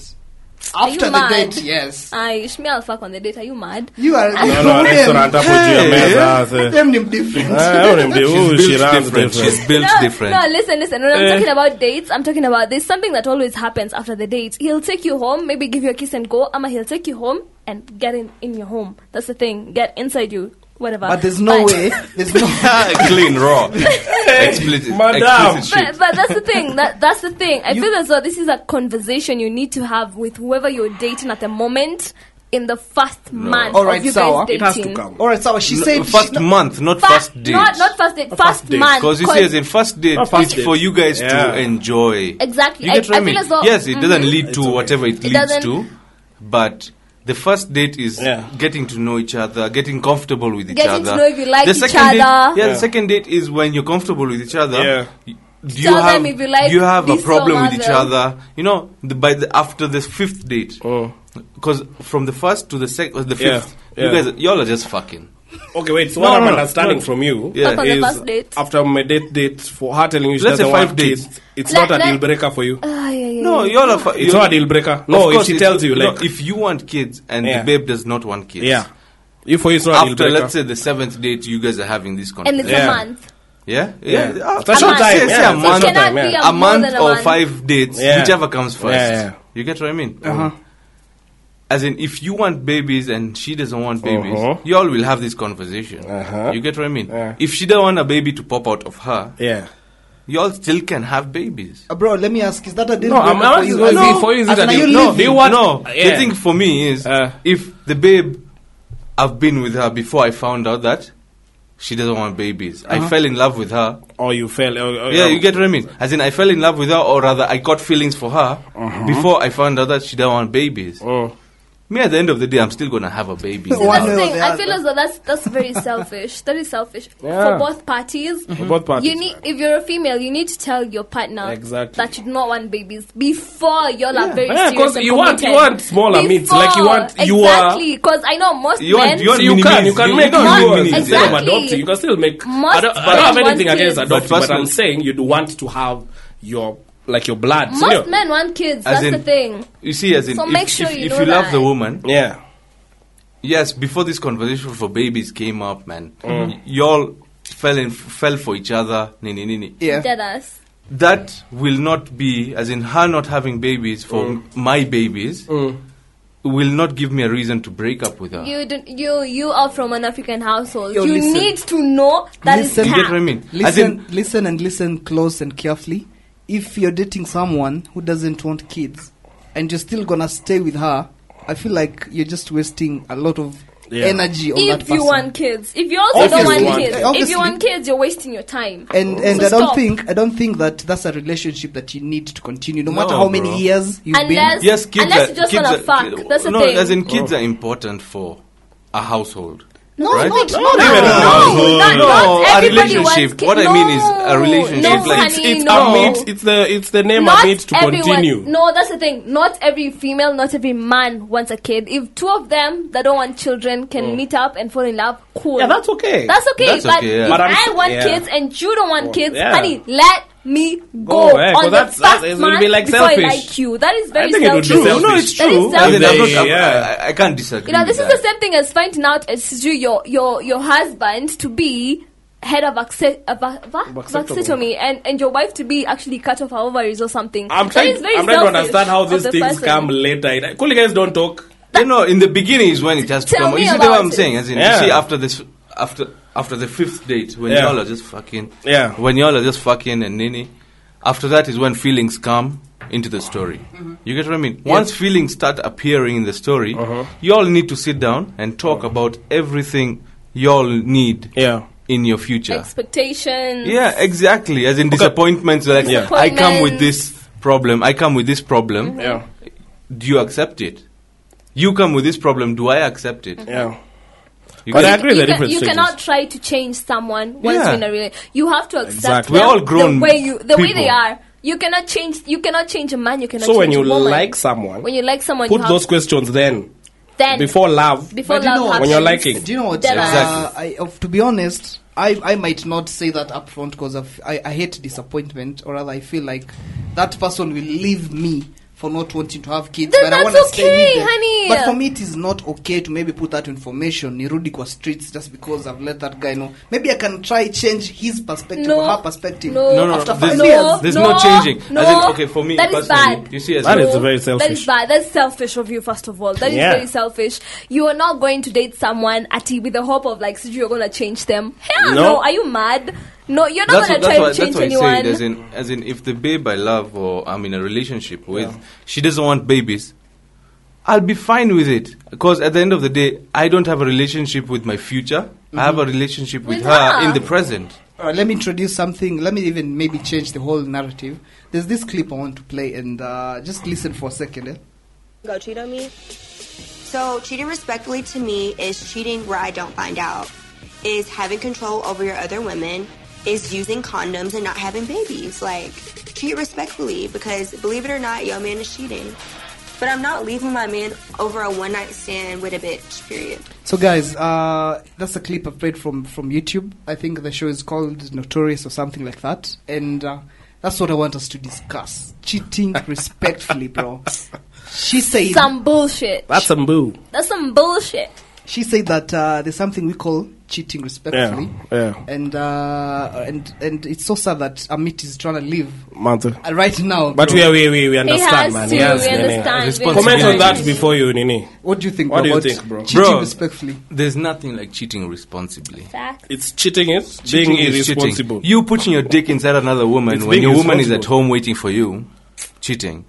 Are you Ah. After the mad? date, yes. I shme I'll fuck on the date. Are you mad? You are No, no, restaurant them. hapo juu ya Hey. meza. sasa. Them name *laughs* different. Ah, huyo ni mdi- *laughs* She's huyu built she runs different. different. She's built no, different. No, listen, listen. When I'm Eh. talking about dates, I'm talking about there's something that always happens after the date. He'll take you home, maybe give you a kiss and go, ama he'll take you home and get in in your home. That's the thing. Get inside you. whatever. But there's no way. There's no. Clean, raw, explicit, madam. explicit But, shit. but that's the thing. *laughs* That, that's the thing. I feel as though this is a conversation you need to have with whoever you're dating at the moment in the first month All right, of you Sawa. guys It dating. has to come. All right, so she No, said she- first no- month, not Fir- first date. Not, not first date. First, date. month. Because you Cause- see, as in first date, Not first it's date. for you guys Yeah. to enjoy. Exactly. You get I- what I, I mean? feel as though- Mm-hmm. yes, it doesn't lead to okay. whatever it, leads doesn't- to, but the first date is Yeah. getting to know each other, getting comfortable with each Getting other. to know if you like the each second Date, other. yeah, Yeah. the second date is when you're comfortable with each other. Yeah. Y- Do Tell you have them if you like do you have a this or problem with that. each other? You know, the, by the after the fifth date, *laughs* Oh. because from the first to the second, the Yeah. fifth, Yeah. you guys, y'all are just fucking. Okay, wait. So No, what no, I'm no, understanding no. from you Yeah, Not on the is- first date. after my date date for her telling you she Let's say doesn't five want dates. kids, it's Let- not a let- deal breaker for you. Ah, yeah, yeah, No, yeah. y'all are. Fa- It's you're- not a deal breaker. No, Of if course, she it- tells you, no, like- if you want kids and Yeah. the babe does not want kids, Yeah. You for you, it's not a deal After breaker. let's say the seventh date, you guys are having this and conversation. it's Yeah. a month. yeah, Yeah. Ah, That's a time, say- say yeah, a that's month, a It cannot yeah. be a a, more month than a or month. five dates, Yeah. whichever comes first. Yeah, yeah. You get what I mean? Uh-huh. As in, if you want babies and she doesn't want babies, Uh-huh. y'all will have this conversation. Uh-huh. You get what I mean? Yeah. If she don't want a baby to pop out of her, yeah. y'all still can have babies. Uh, bro, let me ask: Is that a deal No, I'm, breaker I'm for you? asking for No, you, for you is as it a in, are deal? you no, leaving? do you want? no. Yeah. The thing for me is Uh. if the babe I've been with her before I found out that she doesn't want babies. Uh-huh. I fell in love with her. Or you fell. Or, or, yeah, you get what I mean. As in, I fell in love with her, or rather, I got feelings for her before I found out that she doesn't want babies. Mm. Me, at the end of the day, I'm still gonna have a baby. See, One that's the way or thing. the I feel other. as though that's that's very selfish. That is *laughs* selfish Yeah. for both parties. For both parties. You need, if you're a female, you need to tell your partner Exactly. that you do not want babies before y'all are very Yeah, 'cause serious. and you want- committed. you want smaller meats, like you want- Before, you are- exactly because I know most You men. want- you want- So you can, Minimis. you can You- make you don't yours do minimis. instead of Exactly. adopting. You can still make. Most I don't, I don't have men anything want kids. against adopting, But but, I'm personally- saying you'd want to have your like your blood. most you know? men want kids. As That's in- the thing. You see, as in, So if, make sure if, you if know you love that. the woman, Yeah. yes. Before this conversation for babies came up, man, y- y'all fell in, fell for each other. Nini, nini. Yeah. Dead ass. that will not be as in her not having babies for my babies Mm. will not give me a reason to break up with her You don't, you you are from an African household. Yo, you listen. need to know that is Listen. you get cap. what i mean as Listen, in listen, and listen close and carefully. If you're dating someone who doesn't want kids, and you're still gonna stay with her, I feel like you're just wasting a lot of Yeah. energy on that If person. you want kids, if you also don't Obviously. want kids, if Obviously. you want kids, you're wasting your time. and and So I don't stop. think I don't think that that's a relationship that you need to continue, no, No, matter how bro. many years you've Unless- been. yes kids Unless are, you just kids wanna are, fuck, that's the no thing. as in Oh. kids are important for a household No, Right? not, no, Not no, even a no, household. not, No, not a everybody wants relationship. ki- What I mean is no, a relationship, No, like, honey, it's- it's no. I mean, it's, it's the it's the name I not made to everyone, continue. No, that's the thing. Not every female, not every man wants a kid. If two of them that don't want children can meet up and fall in love, cool. Mm. Yeah, that's okay. That's okay. That's but okay, yeah. if But I'm I s- want yeah. kids and you don't want kids, yeah. honey, let me Go, go yeah, 'cause on that's- the that's- first it would month be like before selfish. I like you. That is very I think it would be selfish. selfish. no it's That is true selfish. As in, I'm not- They- I'm- yeah. I, I can't disagree You know, this with is the that. same thing as finding out as you your your your husband to be head of acce- uh, va- va- Vasectomy. vasectomy and and your wife to be actually cut off her ovaries or something. I'm That trying. is very I'm trying to selfish understand how of these the things person. come later. Cool, you guys don't talk. you know, in the beginning is when it has to Tell come. me You see about what I'm it. saying? As in, Yeah. you see after this, after after the fifth date, when Yeah. y'all are just fucking, Yeah. when y'all are just fucking and nini. After that is when feelings come into the story. Mm-hmm. You get what I mean? Once feelings start appearing in the story, Uh-huh. y'all need to sit down and talk about everything y'all need Yeah. in your future. Expectations. Yeah, exactly. As in disappointments, like Yeah. I come with Disappointments. this problem. I come with this problem. Mm-hmm. Yeah. Do you accept it? You come with this problem. Do I accept it? Yeah. You But get- I agree You, the can- different you stages. cannot try to change someone once Yeah. you're in a relationship. You have to accept Exactly. them We're all grown the way you the way they people. are. You cannot change. You cannot change a man. You cannot. So change when you a woman. like someone, when you like someone, you put have those questions then then before love. before But you know love what? When you're happens. liking. Do you know what? Dead Uh, ass. I, of, to be honest, I, I might not say that upfront because I, I hate disappointment, or rather, I feel like that person will leave me for not wanting to have kids. Then but I that's want to stay okay, with them. honey. But for me, it is not okay to maybe put that information nirudi kwa streets just because I've let that guy know. Maybe I can try change his perspective No. or her perspective. No. No, no, After no, five there's- years. there's no changing. As in, okay, for me that is personally, bad. you see, as That No, is very That selfish. is bad. That's selfish of you, first of all. That is Yeah. very selfish. You are not going to date someone at with the hope of like, "Sijui you're going to change them. Hell No. no. Are you mad? No, you're not That's going to what, that's, try what, to change that's what I anyone. said. As in, as in, if the babe I love or I'm in a relationship with, she doesn't want babies, I'll be fine with it. Because at the end of the day, I don't have a relationship with my future. I have a Mm-hmm. relationship with, With her, her. in the present. Uh, let me introduce something. Let me even maybe change the whole narrative. There's this clip I want to play, and uh, just listen for a second. Eh? go cheat on me? So, cheating respectfully to me is cheating where I don't find out, is having control over your other women, is using condoms and not having babies. Like, cheat respectfully because believe it or not, your man is cheating. But I'm not leaving my man over a one night stand with a bitch, period. So, guys, uh, that's a clip I played from from YouTube. I think the show is called Notorious or something like that, and uh, that's what I want us to discuss: *laughs* cheating respectfully, bro. She said Some bullshit. That's a boo. That's some bullshit. she said that uh, there's something we call cheating respectfully, yeah. and uh, and and it's so sad that Amit is trying to leave Mantha. uh, right now. But bro. we, are- we, we, we understand, has man. to, Yes, we nini. understand, Responsibility. we Comment on that understand. before you, Nini. what do you think? What do you about think, bro? Cheating Bro. respectfully. There's nothing like cheating responsibly. It's cheating, it Cheating being is cheating. irresponsible. You putting your dick inside another woman It's when being your woman is at irresponsible. home waiting for you. Cheating.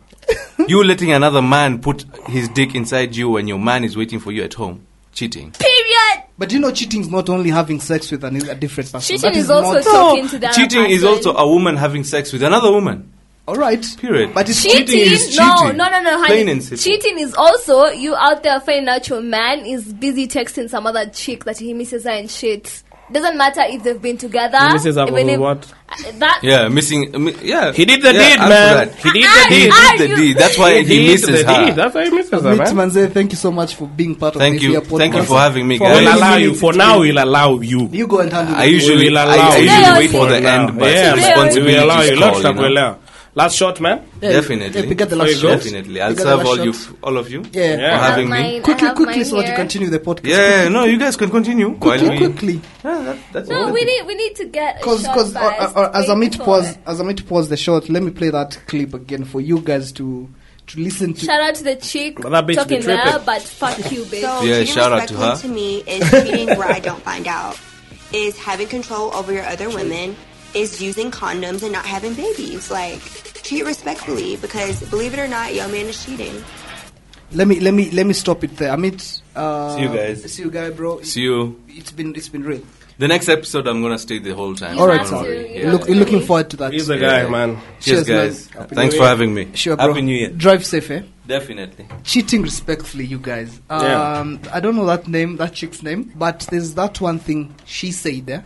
you letting another man put his dick inside you when your man is waiting for you at home. Cheating. Period. But you know, cheating is not only having sex with an, a different person. Cheating That is also not- talking to the other cheating is person. also a woman having sex with another woman. all right. Period. But it's cheating, cheating. is no cheating. no no no Plain honey and simple. cheating is also you out there finding out your man is busy texting some other chick that he misses her and shit doesn't matter if they've been together He misses her even for if- what? Uh, that Yeah, missing. mi- Yeah, He did the yeah, deed, up man. to that. He did Ah, the He deed. ah, did the you- deed. That's why he did misses the deed. her. That's why he misses her, Amit man. Manze, thank you so much for being part of Thank this you. here podcast. Thank you for having me, guys. We'll allowing allow me you. to For speak. now, we'll allow you. You go and handle I it. usually, will I- allow I, you. Yeah, usually wait for yeah. the end, but yeah, responsibility we'll allow you. is Lot called, you know? tutakuelewa. Last shot, man. Definitely. Yeah, pick up the last There you go. shot. Definitely. I'll Pick up the serve last all shot. you, f- all of you, Yeah. for Yeah. I have having mine, me. I Quickly, have quickly, mine so that you here. continue the podcast. Yeah, no, you guys can continue. Quickly, While we- quickly. Yeah, that- that's no all. we need we need to get a Because, shot because, first. uh, as Wait Amit for pause, it. as Amit pause the shot, let me play that clip again for you guys to to listen to. shout out to the chick Well, that bitch talking be there tripping. but fuck you bitch So, Yeah, cheating shout out to her. respectfully to me is cheating *laughs* where I don't find out, is having control over your other women, is using condoms and not having babies. Like, cheat respectfully because believe it or not, your man is cheating. Let me, let me, let me stop it there. Amit. Uh, See you guys. See you guys, bro. See you. It's been, it's been real. The next episode, I'm gonna stay the whole time. You All right, have sir. Don't to, worry. you Yeah. have Look, looking forward to that. He's the guy, Yeah. man. Cheers, guys. man. Happy Thanks New for Year. having me. Sure, bro. Happy New Year. Drive safe, eh? Definitely. Cheating respectfully, you guys. Um, Yeah. I don't know that name, that chick's name, but there's that one thing she said there.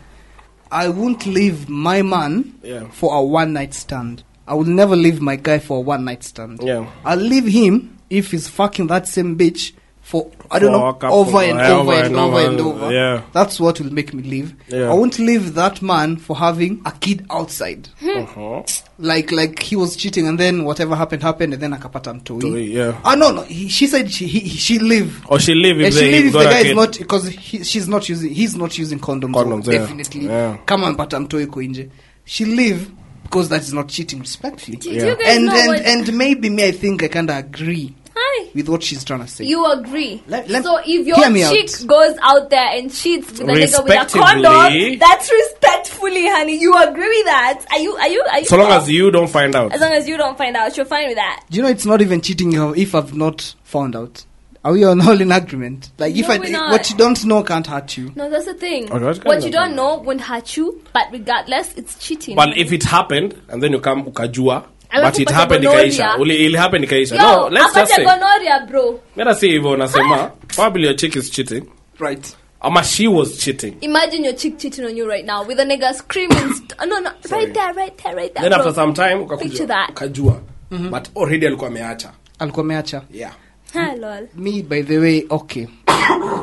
I won't leave my man Yeah. for a one night stand. I will never leave my guy for a one night stand. Yeah. I'll leave him if he's fucking that same bitch for I don't For know a couple- over and yeah, over and over and over. Yeah. That's what will make me leave. Yeah. I won't leave that man for having a kid outside Uh-huh. like like he was cheating and then whatever happened happened and then akapata mtoi Mtoi, yeah. Oh, ah no no he, she said she he, he- she leave Or she leave and if she they leave if the got a guy kid. is not because he, she's not using he's not using condoms, Condoms, yeah. definitely Yeah. kama mpata mtoi iko nje she leave because that is not cheating respectfully do Yeah. you guys and know and what and maybe me i think i kind of agree hi with what she's trying to say You agree. Let- let- so if hear me your chick out. goes out there and cheats with a nigga with a Respectively. condom, that's respectfully, honey. You agree with that? Are you? Are you? Are you So long as you don't find out. as long as you don't find out, you're fine with that. Do you know it's not even cheating you know, if I've not found out are we on all *laughs* in agreement like if No, i we're not. what you don't know can't hurt you No, that's the thing. Okay, that's what kind you of don't fine. know won't hurt you, but regardless, it's cheating. But if it happened and then you come ukajua Alafu but it upate happened gonorrhea. ikaisha. Uli- Ili happen ikaisha. yo, No, let's apate just say. gonorrhea, bro. Let us say hivyo unasema probably your chick is cheating. right Ama she was cheating. Imagine your chick cheating on you right now with a nigga screaming. st- *coughs* no, no, right there, right there, right there. Then bro. after some time Picture ukakuja that. ukajua. Mm-hmm. But already alikuwa ameacha. alikuwa ameacha Yeah. Hi, lol. *coughs* Me, by the way, okay.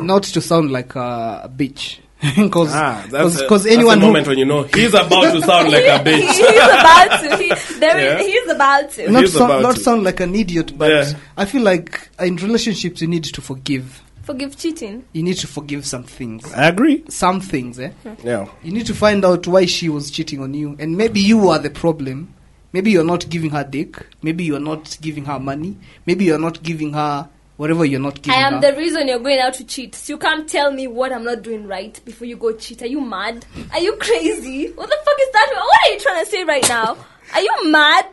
Not to sound like a bitch. *laughs* Because Ah, that's a- that's anyone a who- moment when you know he's about to sound like a He- *laughs* *laughs* bitch. he's about to. He, there is- Yeah. he's about to. not, He's about sound, not to. sound like an idiot, but Yeah. I feel like in relationships you need to forgive. Forgive cheating. You need to forgive some things. I agree. Some things, eh? Hmm. Yeah. You need to find out why she was cheating on you, and maybe you are the problem. Maybe you're not giving her dick. Maybe you're not giving her money. Maybe you're not giving her whatever you're not giving I am her. the reason you're going out to cheat. So you can't tell me what I'm not doing right before you go cheat. Are you mad? Are you crazy? What the fuck is that? What are you trying to say right now? Are you mad?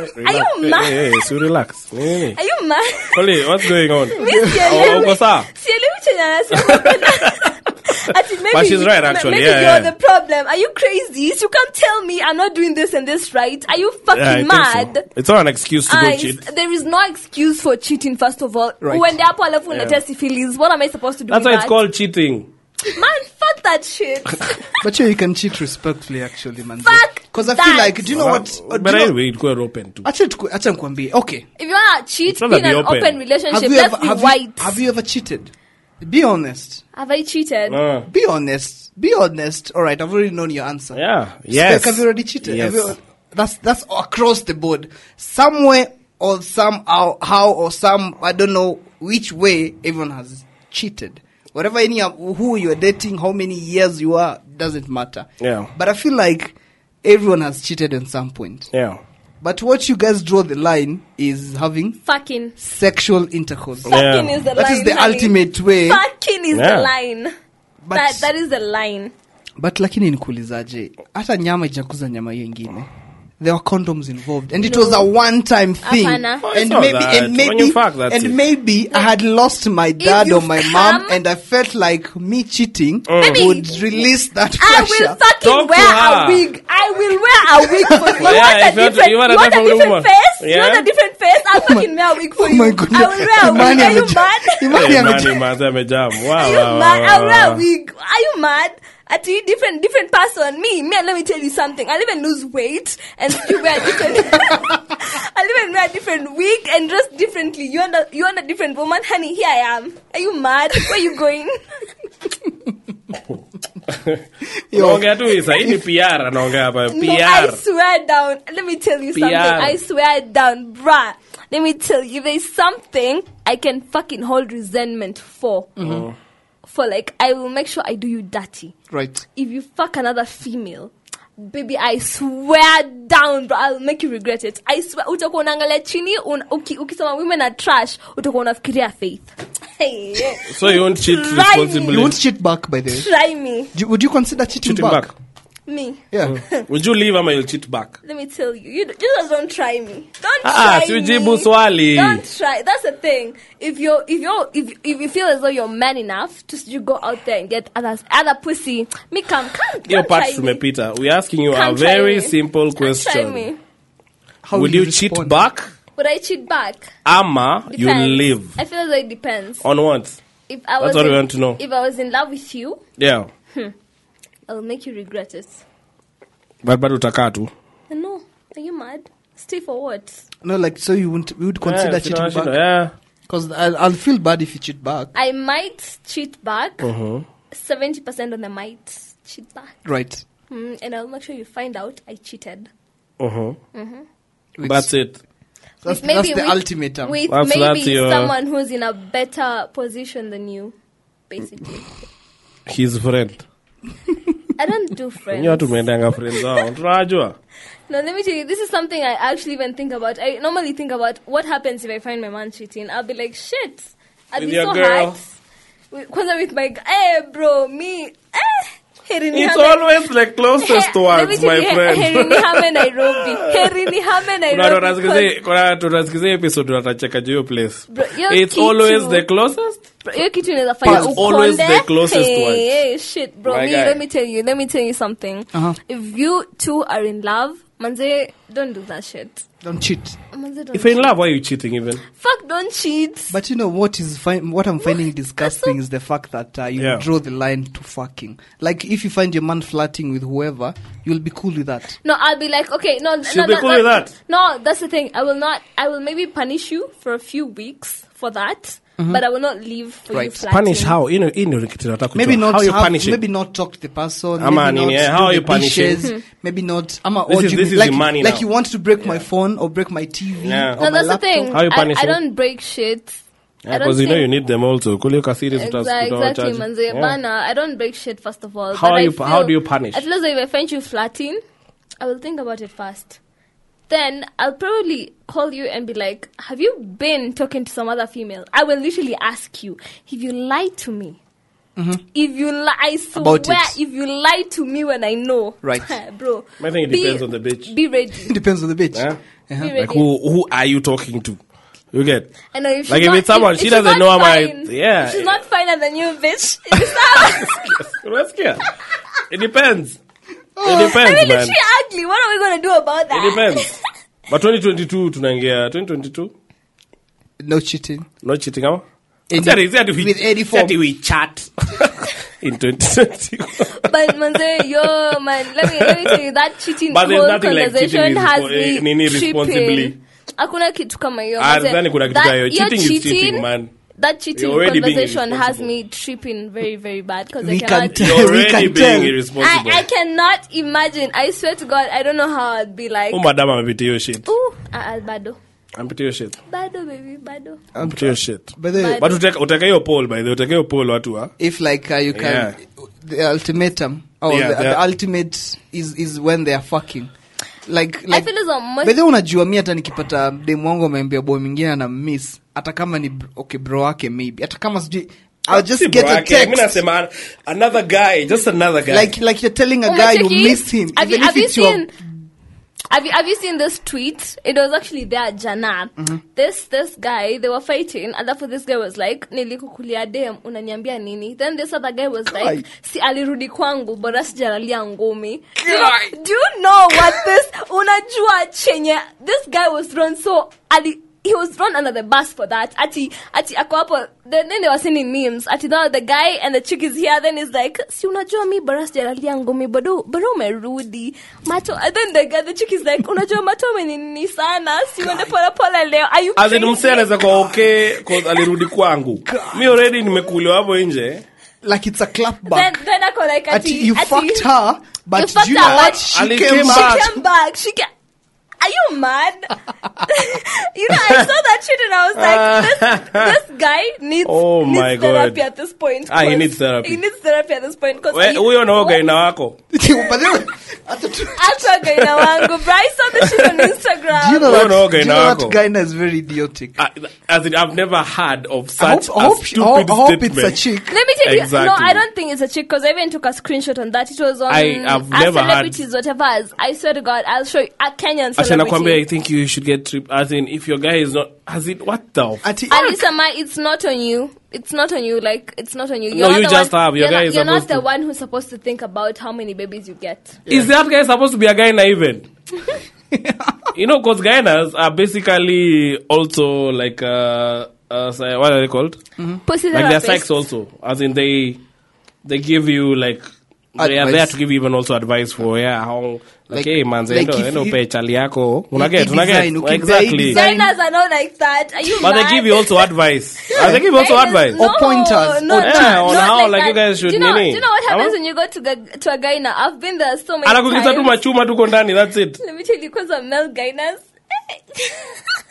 Are Relax. you Hey, hey, mad? hey, so relax. Hey, hey. Are you mad? Oli, what's going on? *laughs* Miss Oh, Yelemi. what's up? Sielewi chenye *laughs* *laughs* anasema. Ati maybe But she's you- right, actually. Maybe Yeah, you're yeah. the problem. Are you crazy? So you can't tell me I'm not doing this and this right. Are you fucking Yeah, I think so. mad? It's not an excuse to Ah, go it's- cheat. there is no excuse for cheating. First of all, Right. when the apple alafu unatia syphilis, what am I supposed to do? That's with why it's that? called cheating. Man, fuck that *laughs* shit. fuck But sure, you can cheat respectfully, actually, man. Because I feel that. like, do you know what? uh, But do you know- Ah. anyway, it could open too. Acha tuku- acha nikwambie. Okay. if you wanna cheat It's not in that an be open, open. relationship, Have you, let's ever, be have, you, white. have you ever cheated? Be honest. Have I cheated? Uh, Be honest. Be honest. All right, I've already known your answer. yeah. Yes. Spec, have you already cheated? Have Yes. you- that's that's across the board. Somewhere or somehow, how or some, I don't know which way everyone has cheated. Whatever any of- who you're dating, how many years you are, doesn't matter. Yeah. But I feel like everyone has cheated at some point. Yeah. But what you guys draw the line is having Fucking. sexual intercourse. Fucking is the line. That is the honey. ultimate way. Fucking is Yeah. the line. But- that, that is the line. but lakini nikuulizaje hata nyama ijakuza nyama hiyo ingine there were condoms involved and it No. was a one time thing Hapana. Well, Oh, it's and not maybe that. and When maybe you fuck, that's and it. maybe I had lost my dad or you've my come- mom and I felt like me cheating Mm. Maybe- would release that I pressure will fucking Talk to wear a her. wig. I will wear a wig for you. *laughs* Yeah, want a if you want- different, you want a a different different woman. face? You Yeah. want a different face? I'll fucking wear a wig for Oh you. my goodness. I will wear a wig. Imani Are you *laughs* ameja- mad? Imani Hey, ameja- Manny, man's a jam. Yaani Wow, Are you wow, mad? wow, I wear wow. a wig. Are you mad? At you different different person. Me, me. Let me tell you something. I'll even lose weight, and you wear a different. *laughs* I'll even wear a different wig and dress differently. You want a you want a different woman, honey? Here I am. Are you mad? Where you going? Yo, Unaongea tu isa, hii ni PR anaongea hapa. No, I PR. swear down. Let me tell you something. PR. I swear down, bruh. Let me tell you, there's something I can fucking hold resentment for. For like, I will make sure I do you dirty. right if you fuck another female baby i swear down bro i'll make you regret it i swear utakuwa unaangalia chini un, uki, ukisema women are trash utakuwa unafikiria faith *laughs* hey, yeah. So you won't cheat Try me. responsibly. you won't cheat back by the way try me Do- would you consider cheating, Cheating back. Mm. me yeah *laughs* Would you leave ama you'll cheat back? let me tell you you d- you just don't try me don't Ah, try siujibu me. swali. don't try that's the thing if you're if you're if, if you feel as though you're man enough just you go out there and get other other pussy me come come Hiyo don't part try me tumepita. We're asking you a Come try very me. simple Don't try question. me. How Would will you cheat respond? back would i cheat back ama you Depends. leave? I feel like it depends. On what? If I That's was what we in- want to know. If I was in love with you, Yeah. I'll make you regret it. But bado utakaa tu. And no, are you mad? Stay for what? no like so you wouldn't you would consider Yeah, cheating sina- back yeah. because I'll, I'll feel bad if you cheat back I might cheat back. Hmm. Uh-huh. Seventy percent on the might cheat back, right mm, and I'll make sure you find out I cheated. Uh-huh. Which- That's it. that's, With maybe that's the with- ultimate um, With That's- maybe that's your- someone who's in a better position than you, basically. His friend. I don't *laughs* do friends. Nyinyi watu mnaendanga friends wao. Tunajua. No, let me tell you, this is something I actually even think about. I normally think about what happens if I find my man cheating. I'll be like, shit. I'll With be your so girl. hurt. With- Kwanza with my, g- eh, bro, me, eh. Heri *laughs* It's nihame- always the He- closest let me ones, tell my you, he- Heri *laughs* friend. nihame Nairobi. Heri nihame Nairobi. Unatasikiza- kuna- tunasikiza episode tunatacheka juu hiyo place Bro, hiyo it's kitu- always the closest Bro, hiyo kitu inaweza fanya It's always ukonde. the closest Hey, one. hey, shit bro My me, guy. let me tell you let me tell you something Uh-huh. if you two are in love manze don't do that shit don't cheat manze don't if you're in love why are you cheating even fuck don't cheat But you know what is fi- what I'm finding disgusting is the fact that uh, you Yeah. draw the line to fucking. Like if you find your man flirting with whoever, you'll be cool with that. No, I'll be like, okay, no, She'll no, be no, cool no, with that. No, that's the thing. I will not. I will maybe punish you for a few weeks for that, but I will not leave for you Right. flatting. Mm-hmm. punish how you know you know kitu Maybe not how you have- punish maybe it not talk to the person. Ama maybe nini, not eh, do how are you the punishing? Hmm. dishes, maybe not. Ama This or is- you- this is like, your money like now. you want to break my phone or break my TV. Yeah. or No, my that's the laptop. thing. How you I, punishing? I don't break shit. I don't because you know think- you need them also kuliuka series utas- Exactly, utawa exactly, charge. manze. Yeah. Bana, I don't break shit first of all. How but are I you- feel, how do you punish? At least if I find you flatting, I will think about it first. Then I'll probably call you and be like, "Have you been talking to some other female?" I will literally ask you if you lied to me. Mm-hmm. If you lie, I swear, About it. if you lie to me when I know, Right. *laughs* bro? I think it be- depends on the bitch. Be ready. Depends on the bitch. Uh-huh. Yeah? Be ready. like who who are you talking to you get I know if Like, she's if not- it's someone, she she's not doesn't know am I- fine- yeah. if she's not finer than you, bitch. *laughs* It's not. *laughs* unasikia it depends it *laughs* I depends mean, it's man really ugly. What are we going to do about that? it depends but 2022 tunaingia 2022 No cheating. no cheating ama Any- Siati- siati we- with any form. siati we *laughs* chat in 2022 *laughs* But Manze, yo, man, let me, let me tell you, that cheating But there's whole nothing like conversation cheating has respo- me eh, nini responsibly. tripping. Hakuna kitu kama hiyo. Ah, manze. nadhani kuna kitu That- kama hiyo. your Cheating is cheating, man. That cheating You're already being conversation has irresponsible. me tripping very, very bad because I We can cannot. tell. You're we already can being tell. I, irresponsible I cannot imagine. I swear to God, I don't know how I'd be like. Oh, madam amepitia hiyo shit Ooh, ah, ah, bado, amepitia hiyo shit bado, baby, bado. amepitia hiyo shit By the way, But- but uteka uteka hiyo poll by the way, uteka hiyo poll watu ah? wa if like uh, you can, Yeah. the ultimatum or Yeah, the, they're- the ultimate is is when they are fucking. Like, like feel as though most- By the way, unajua mi hata nikipata demu wangu ameambia boy mwingine ana miss hata kama ni bro- okay bro wake maybe hata kama sijui I'll just Ah, Si get bro a yake, mi text nasema another guy just another guy like like you're telling a guy you Umecheki? miss him Have you, even have if you it's your- seen? Have you, have you seen this tweet? It was actually there jana. Mm-hmm. This this guy they were fighting, and therefore this guy was like, "Nilikukulia dem, unaniambia nini?" Then this other guy was like, "Si alirudi kwangu, bora sijalalia ngumi." Do you, know, do you know what this? Unajua chenye this guy was thrown so ali. He was thrown under the bus for that. Ati, ati, ako hapo. Then, then they were sending memes. Ati, now the guy and the chick is here. Then he's like, si unajua mi bara sijalalia ngumi, bado, bado umerudi. Macho, and then the guy, the chick is like, unajua macho umenini sana, si uende pole pole leo. Are you As in crazy? msee anaweza kuwa okay 'cause alirudi kwangu mi already nimekuliwa hapo nje like it's a clap Then, back then ako like, ati, ati you ati, fucked her You but fucked do you her, know what but- she Ali came came She back came back. She came. Are you mad? *laughs* you know, I saw that shit and I was like, this, this guy needs, Oh needs my God. therapy at this point. Ah, he 'cause- needs therapy. He needs therapy at this point because Oh, We- huyo naoga ina wako *laughs* *laughs* But then- hata tu- Hata gaina wangu, bro. I saw the *laughs* shit on Instagram. do you know Huyo that, naoga do you ina know wako. that Ghana is very idiotic I- as in I've never heard of I such hope, I hope, a she- I stupid hope, I hope it's statement. a chick Let me tell you. No, Exactly. I don't think it's a chick because I even took a screenshot on that. It was on I- I've uh, never had- celebrities, whatever. as- I swear to God, I'll show you a Kenyan Acha nakwambia, I celebrity. think you should get trip. As in, if your guy is not, as in, what the? *laughs* F- Ati- Alisama, it's not on you. It's not on you. Like it's not on you. You're No, not you the just one, have. Your you're guy not, is You're not supposed the to- one who's supposed to think about how many babies you get. Is that guy supposed to be a guy na even? you know, because Guyanas are basically also like uh, uh, say- what are they called? Mm-hmm. Pussy Like their therapist. sex also. As in, they they give you like. They are Advice. there to give even also advice for yeah how like, Like- hey man like endo if endo you- pay chali yako unaget you unaget design, okay, exactly they design. Designers are not like that. Are you but they mad? give you *laughs* also advice Uh, they give you also Designers- advice no, Or pointers, No, or no, tips. Yeah, on not how, like, that. you guys should Do you know, nini? do you know what happens Ama? when you go to, ga- to a gyna? I've been there so many anakugiza tu times. machuma tuko ndani that's it Let me tell you, because I'm male gynas.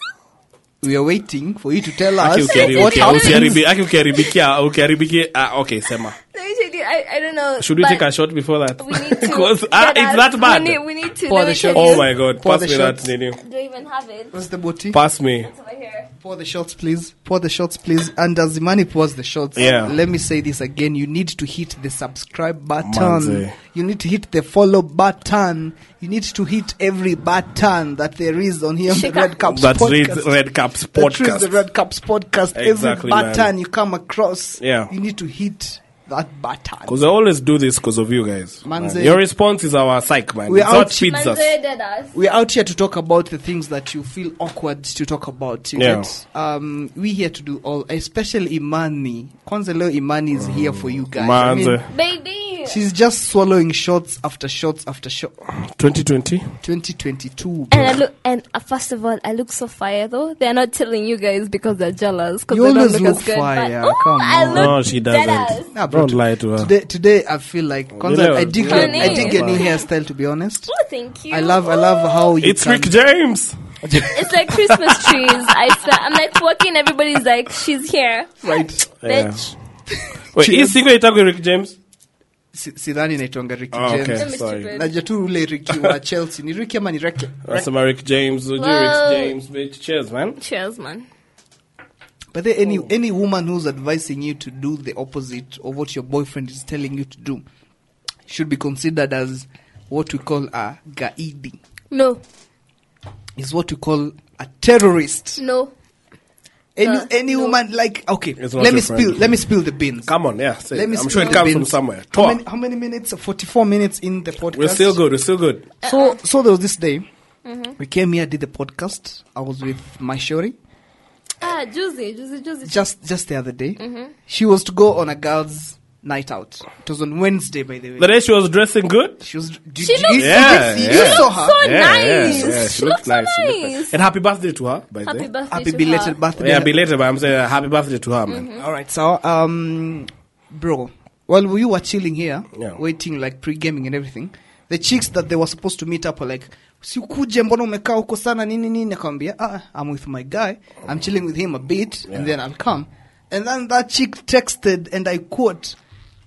*laughs* we are waiting for you to tell us Aki ukiari- what ukia- happens. ukiaribi- aki ukiharibikia ukiharibikia ah, okay sema *laughs* Let me tell you, I, I don't know. should we but take a shot before that *laughs* We need to. *laughs* 'Cause, get ah, out. it's that bad We need, we need to. Pour let the me tell shot. oh you. my god Pour pass the me shots. that nini Do you even have it? Where's the booty? pass me It's over here. Pour the shots, please. Pour the shots, please. And as the money pours the shots, Yeah. let me say this again. You need to hit the subscribe button. Manze. You need to hit the follow button. You need to hit every button that there is on here on the Shika. Red Cups that podcast. reads red caps That reads the podcast Red Cups podcast. Exactly, every button man. you come across, Yeah. you need to hit that button. because I always do this because of you guys Manze. your response is our psych man We're it's what out- feeds us Manze did us. We're out here to talk about the things that you feel awkward to talk about. You Yeah. get, um, we here to do all, especially Imani. Kwanza leo Imani is here for you guys. I mean, Manze. Baby. She's just swallowing shots after shots after shot. 2020. 2022. And I look, and uh, first of all, I look so fire though. They're not telling you guys because they're jealous. Because You they always don't look, look as good. fire, But, oh, come I on. look No, she deadass. doesn't. Nah, bro, Don't t- lie to her. Oh, Today, today I feel like Kwanza, I dig your, I Really? dig your new hairstyle. To be honest, Oh, thank you. I love I love how you It's can- Rick James. It's like Christmas trees. I swear. I'm like walking. Everybody's like, she's here, right. bitch. Wait, hii single itakuwa Rick James? Si- sidhani inaitwanga Ricky Ah, okay. Let James. me Sorry. stupid. Najua tu ule Ricky wa Chelsea. Ni Ricky ama ni Reke? Nasema Rick James. Ujui Rick Whoa. James, bitch. Cheers, man. Cheers, man. But then Oh. any any woman who's advising you to do the opposite of what your boyfriend is telling you to do should be considered as what we call a gaidi. No, Is what we call a terrorist. no. Any Uh, any no. woman like okay, It's not let me your friend. spill let me spill the beans. Come on, yeah. Say, Let it. me I'm spill sure it the comes from beans. somewhere. How Toa. many, how many minutes? 44 minutes in the podcast. We're still good. We're still good. So, so there was this day. Mm-hmm. We came here, did the podcast. I was with my shori Ah, juicy, juicy, juicy. just just the other day. Mm-hmm. She was to go on a girls' night out. It was on Wednesday, by the way. The day she was dressing good. she was. Did, She did looks- you, Yeah, did you see- yeah. you saw her. so Oh, nice. yeah, yeah. She, looks so nice. And happy birthday to her, by the Happy way. birthday. Mm-hmm. Happy to belated her. birthday. Yeah, be later, but I'm saying uh, happy birthday to her, man. Mm-hmm. All right, so um, bro, while we were chilling here, Yeah. waiting like pre-gaming and everything, the chicks that they were supposed to meet up were like, "Sikuje, mbona umekaa huko sana nini nini?" Akamwambia, "Ah, I'm with my guy. I'm chilling with him a bit, and then I'll come." And then that chick texted, and I quote.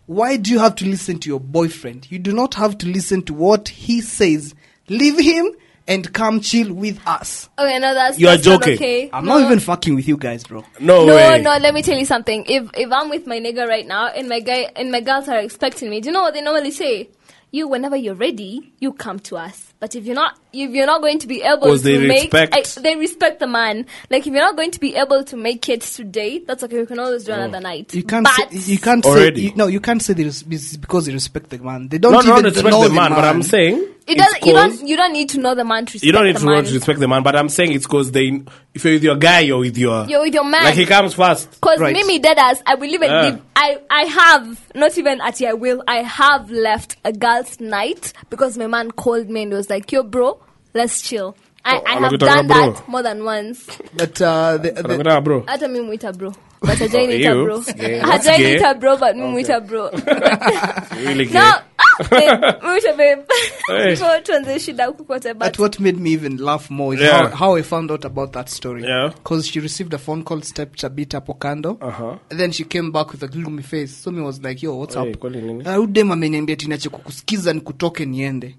Why do you have to listen to your boyfriend? You do not have to listen to what he says. Leave him and come chill with us. Okay, no, that's You are that's not joking. Okay. I'm no. not even fucking with you guys, bro. No, No, way. no. Let me tell you something. If if I'm with my nigga right now and my guy and my girls are expecting me, do you know what they normally say? You, whenever you're ready, you come to us. But if you're not, if you're not going to be able Because to they make, respect- I- they respect the man. Like if you're not going to be able to make it today, that's okay. We can always do Oh. another night. You can't. But say, you can't Already. say. You, no, you can't say they res- it's because they respect the man. They don't Not, even not respect know the man, but I'm saying It it's doesn't. You 'cause- don't. You don't need to know the man to respect you don't need the to man. not respect the man, but I'm saying it's because they. If you're with your guy, you're with your. You're with your man. Like he comes first. Because Right. Mimi Deadass, I believe in Yeah. leave- I, I have, not even at I will, I have left a girl's night because my man called me and was like, yo, bro, let's chill. I, Oh, I I'm have not gonna done bro. that more than once. But uh, the, the, Nah, bro. Hata mi mwita bro. But Oh, hajai nita ew. bro. Gay. Hajai Gay. nita bro, but mi mwita *laughs* bro. Really gay. Uh, No, ah, babe, mwita babe. *laughs* *laughs* Hey. Kwa tuanze shida huku kote, but but what made me even laugh more is Yeah. how, how I found out about that story. Yeah. Because she received a phone call, stepped a bit hapo kando, Uh-huh. and then she came back with a gloomy face. So me was like, yo, what's Hey, up? kweli nini? Uh, udem ameniambia tinache kukusikiza nikutoke niende.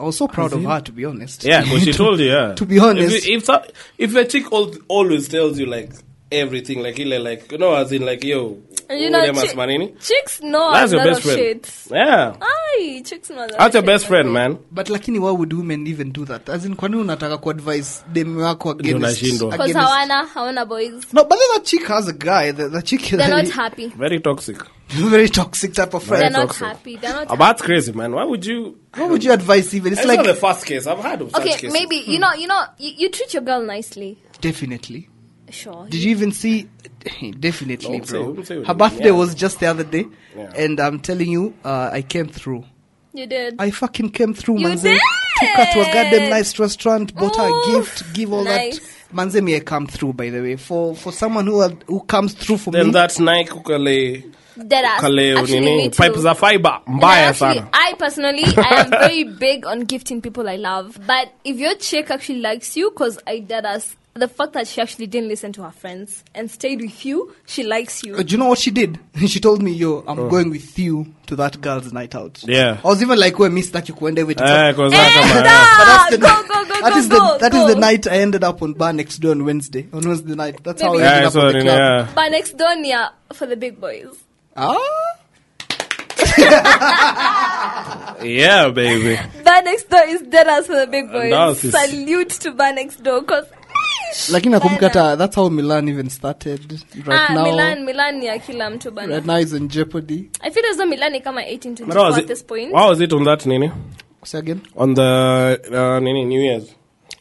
I was so proud of her, to be *laughs* honest. Yeah, because *laughs* she told you. Yeah. To be honest. if you- if, so- if a chick al- always tells you like everything, like ile, like you know, as in like yo, And you know, Ude chi- Masmanini, chicks know that's a your lot best of friend. shit. Yeah, Aye, chicks know a lot of that's your shit, best friend, babe. man. but lakini why would women even do that as in kwani unataka kuadvise demu wako Ndio against, unashindwa. Because against- hawana, hawana boys. No, but then that chick has a guy. The, the chick They're not happy. Very toxic. very toxic type of They're friend. not toxic. happy. They're not Ah, but that's crazy, man. Why would you? What would you advise even? It's It's like not the first case I've had of such Okay, cases. maybe Hmm. you know, you know, you, you treat your girl nicely. definitely. Sure. Did you even see? *laughs* definitely, Don't say- bro. don't say what Her you mean, birthday yeah. was just the other day, Yeah. and I'm telling you, uh, I came through. You did. I fucking came through, You manze. did! Took her to a goddamn nice restaurant, bought her a Oof, gift, give all nice. that. Manze, me I come through. By the way, for for someone who had, who comes through for Then me, that's Nike ukale Dead ass. ukale Actually, me nini too. pipe za fiber And I mbaya actually, sana. I personally, I am very big on gifting people I love. But if your chick actually likes you, because I did us, the fact that she actually didn't listen to her friends and stayed with you, she likes you. Uh, do you know what she did? *laughs* she told me, "Yo, I'm going with you to that girl's night out." Oh. Yeah. I was even like, "Where miss that you could end with?" Eh, 'cause Eh, that's kama- stop! that's the, ah, go, go, go, that go, is go, the that is go. the night I ended up on bar next door on Wednesday. On Wednesday night, that's how I Maybe- ended Yeah, up so on the nini, club. Eh, yeah. But next door, yeah, for the big boys. Ah, Yeah, *laughs* baby. Bar next door is dead ass for the Uh, big boys. that is- Salute to bar next door, cause. lakini nakumbuka hata that's how Milan even started. Right uh, ah, now, Milan, Milan ni ya kila mtu bana. right now is in jeopardy. I feel as though Milan ni kama 18 to But how was 24 at it- this point. How was it on that nini? Say again. On the uh, nini New Year's?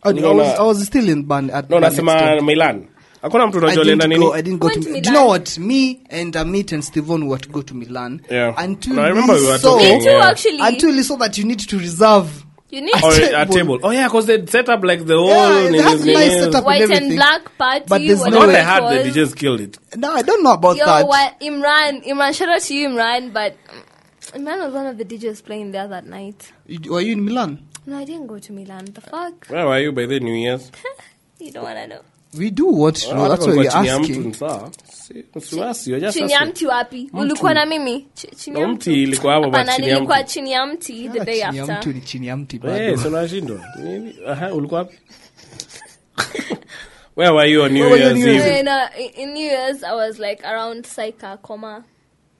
I, I No, was no. I was still in ban. At No, bar next nasema door. Milan. hakuna mtu I unajua alienda didn't, nini go, I didn't go Went to, to Do you Milan. know what? Me and Amit and Stevon were to go to Milan. Yeah. Until No, I remember we we were saw, Me talking. too, Yeah. actually. until we saw that you need to reserve. you need or table. a table oh yeah because they set up like the whole Yeah, they nini- have nice nini- setup. white and everything. black party. But there's But no what way. they whatever had it they they was. just killed it No, I don't know about Yo, that. what, Imran, Imran, shout out to you, Imran. But mm, Imran was one of the DJs playing there that night. You- Were you in Milan? No, I didn't go to Milan. The fuck? *laughs* where were you by the new year's You don't want to know. We do watch. Well, no, that's hata what ulikuwa you're Oh, chini ya mtu asking. ni sawa. Si- usiwasi, you're just Chini ya asking. mti wapi? Ulikuwa na mimi? Ch- Chini ya Na mti ilikuwa hapo, but Hapana, chini ya nilikuwa mti. chini ya mti the Ah, day chini ya mtu after. ni chini ya mti Eh, bado. si unashindwa. Nini? Aha, ulikuwa wapi? Uh-huh, *laughs* Where were you on New Where were you on Year's New Eve? Year's Eve? When, uh, in- in New Year's, I was like around Saika, coma.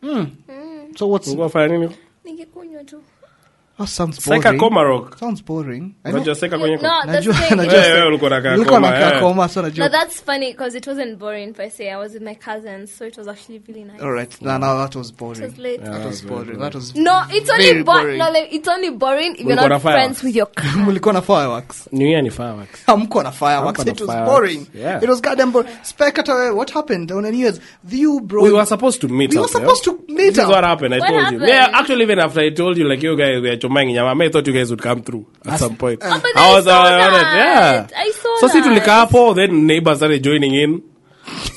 Hmm. Hmm. So what's Ulikuwa fanya nini? Ningekunywa tu. that? Sounds boring. Seka koma rock. Sounds boring. I know. Unajua seka kwenye No, that's the Najua- thing. najua- Eh, wewe ulikuwa unakaa Nilikuwa koma, nakaa eh. koma, so najua- No, that's funny because it wasn't boring per se. I was with my cousins, so it was actually really nice. All right. No, no, that was It was boring. late. That was boring. That was. *laughs* No, it's Very only bo- boring. no, like, it's only boring if Ulikuwa you're na not fireworks. friends *laughs* with your cou- Mulikuwa na fireworks. New Year ni fireworks. Hamkuwa na fireworks. Hamkuwa na It was fireworks. boring. Yeah. It was goddamn boring. Spectre, what happened on the New Year's? You, bro. We were supposed to meet We up. were supposed yeah? to meet This is up. what happened. I What told you. happened? Yeah, actually, even after I told you, like you guys were chomangi nyama, I thought you guys would come through at some point. Oh, but I I was saw uh, on it, that. Yeah. I saw so see, that. tulikaa hapo, oh, then neighbors started joining in.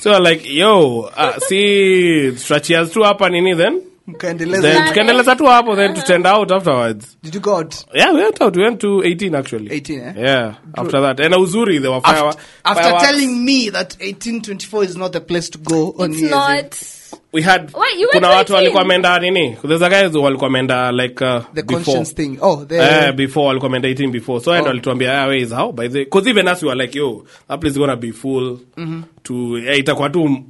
So like, yo, *laughs* uh, see, stretchers tu hapa nini then? Then Mkaendeleza. tukaendeleza tu hapo, oh, then Uh-huh. to tend out afterwards. Did you go out? Yeah, we went out. We went to 18 actually. 18, eh? Yeah. After that, and uzuri there were fire, After, after fireworks. telling me that 1824 is not the place to go on New It's Year's Eve. not. we Wait, had you went kuna to watu 18? walikuwa wameenda nini? There's a guys who walikuwa wameenda like uh, the before. conscience thing. Oh, the Eh, before walikuwa wameenda 18 before so oh. alituambia ah, ways how by the cause even us we were like yo that place is gonna be full to eh, itakuwa tu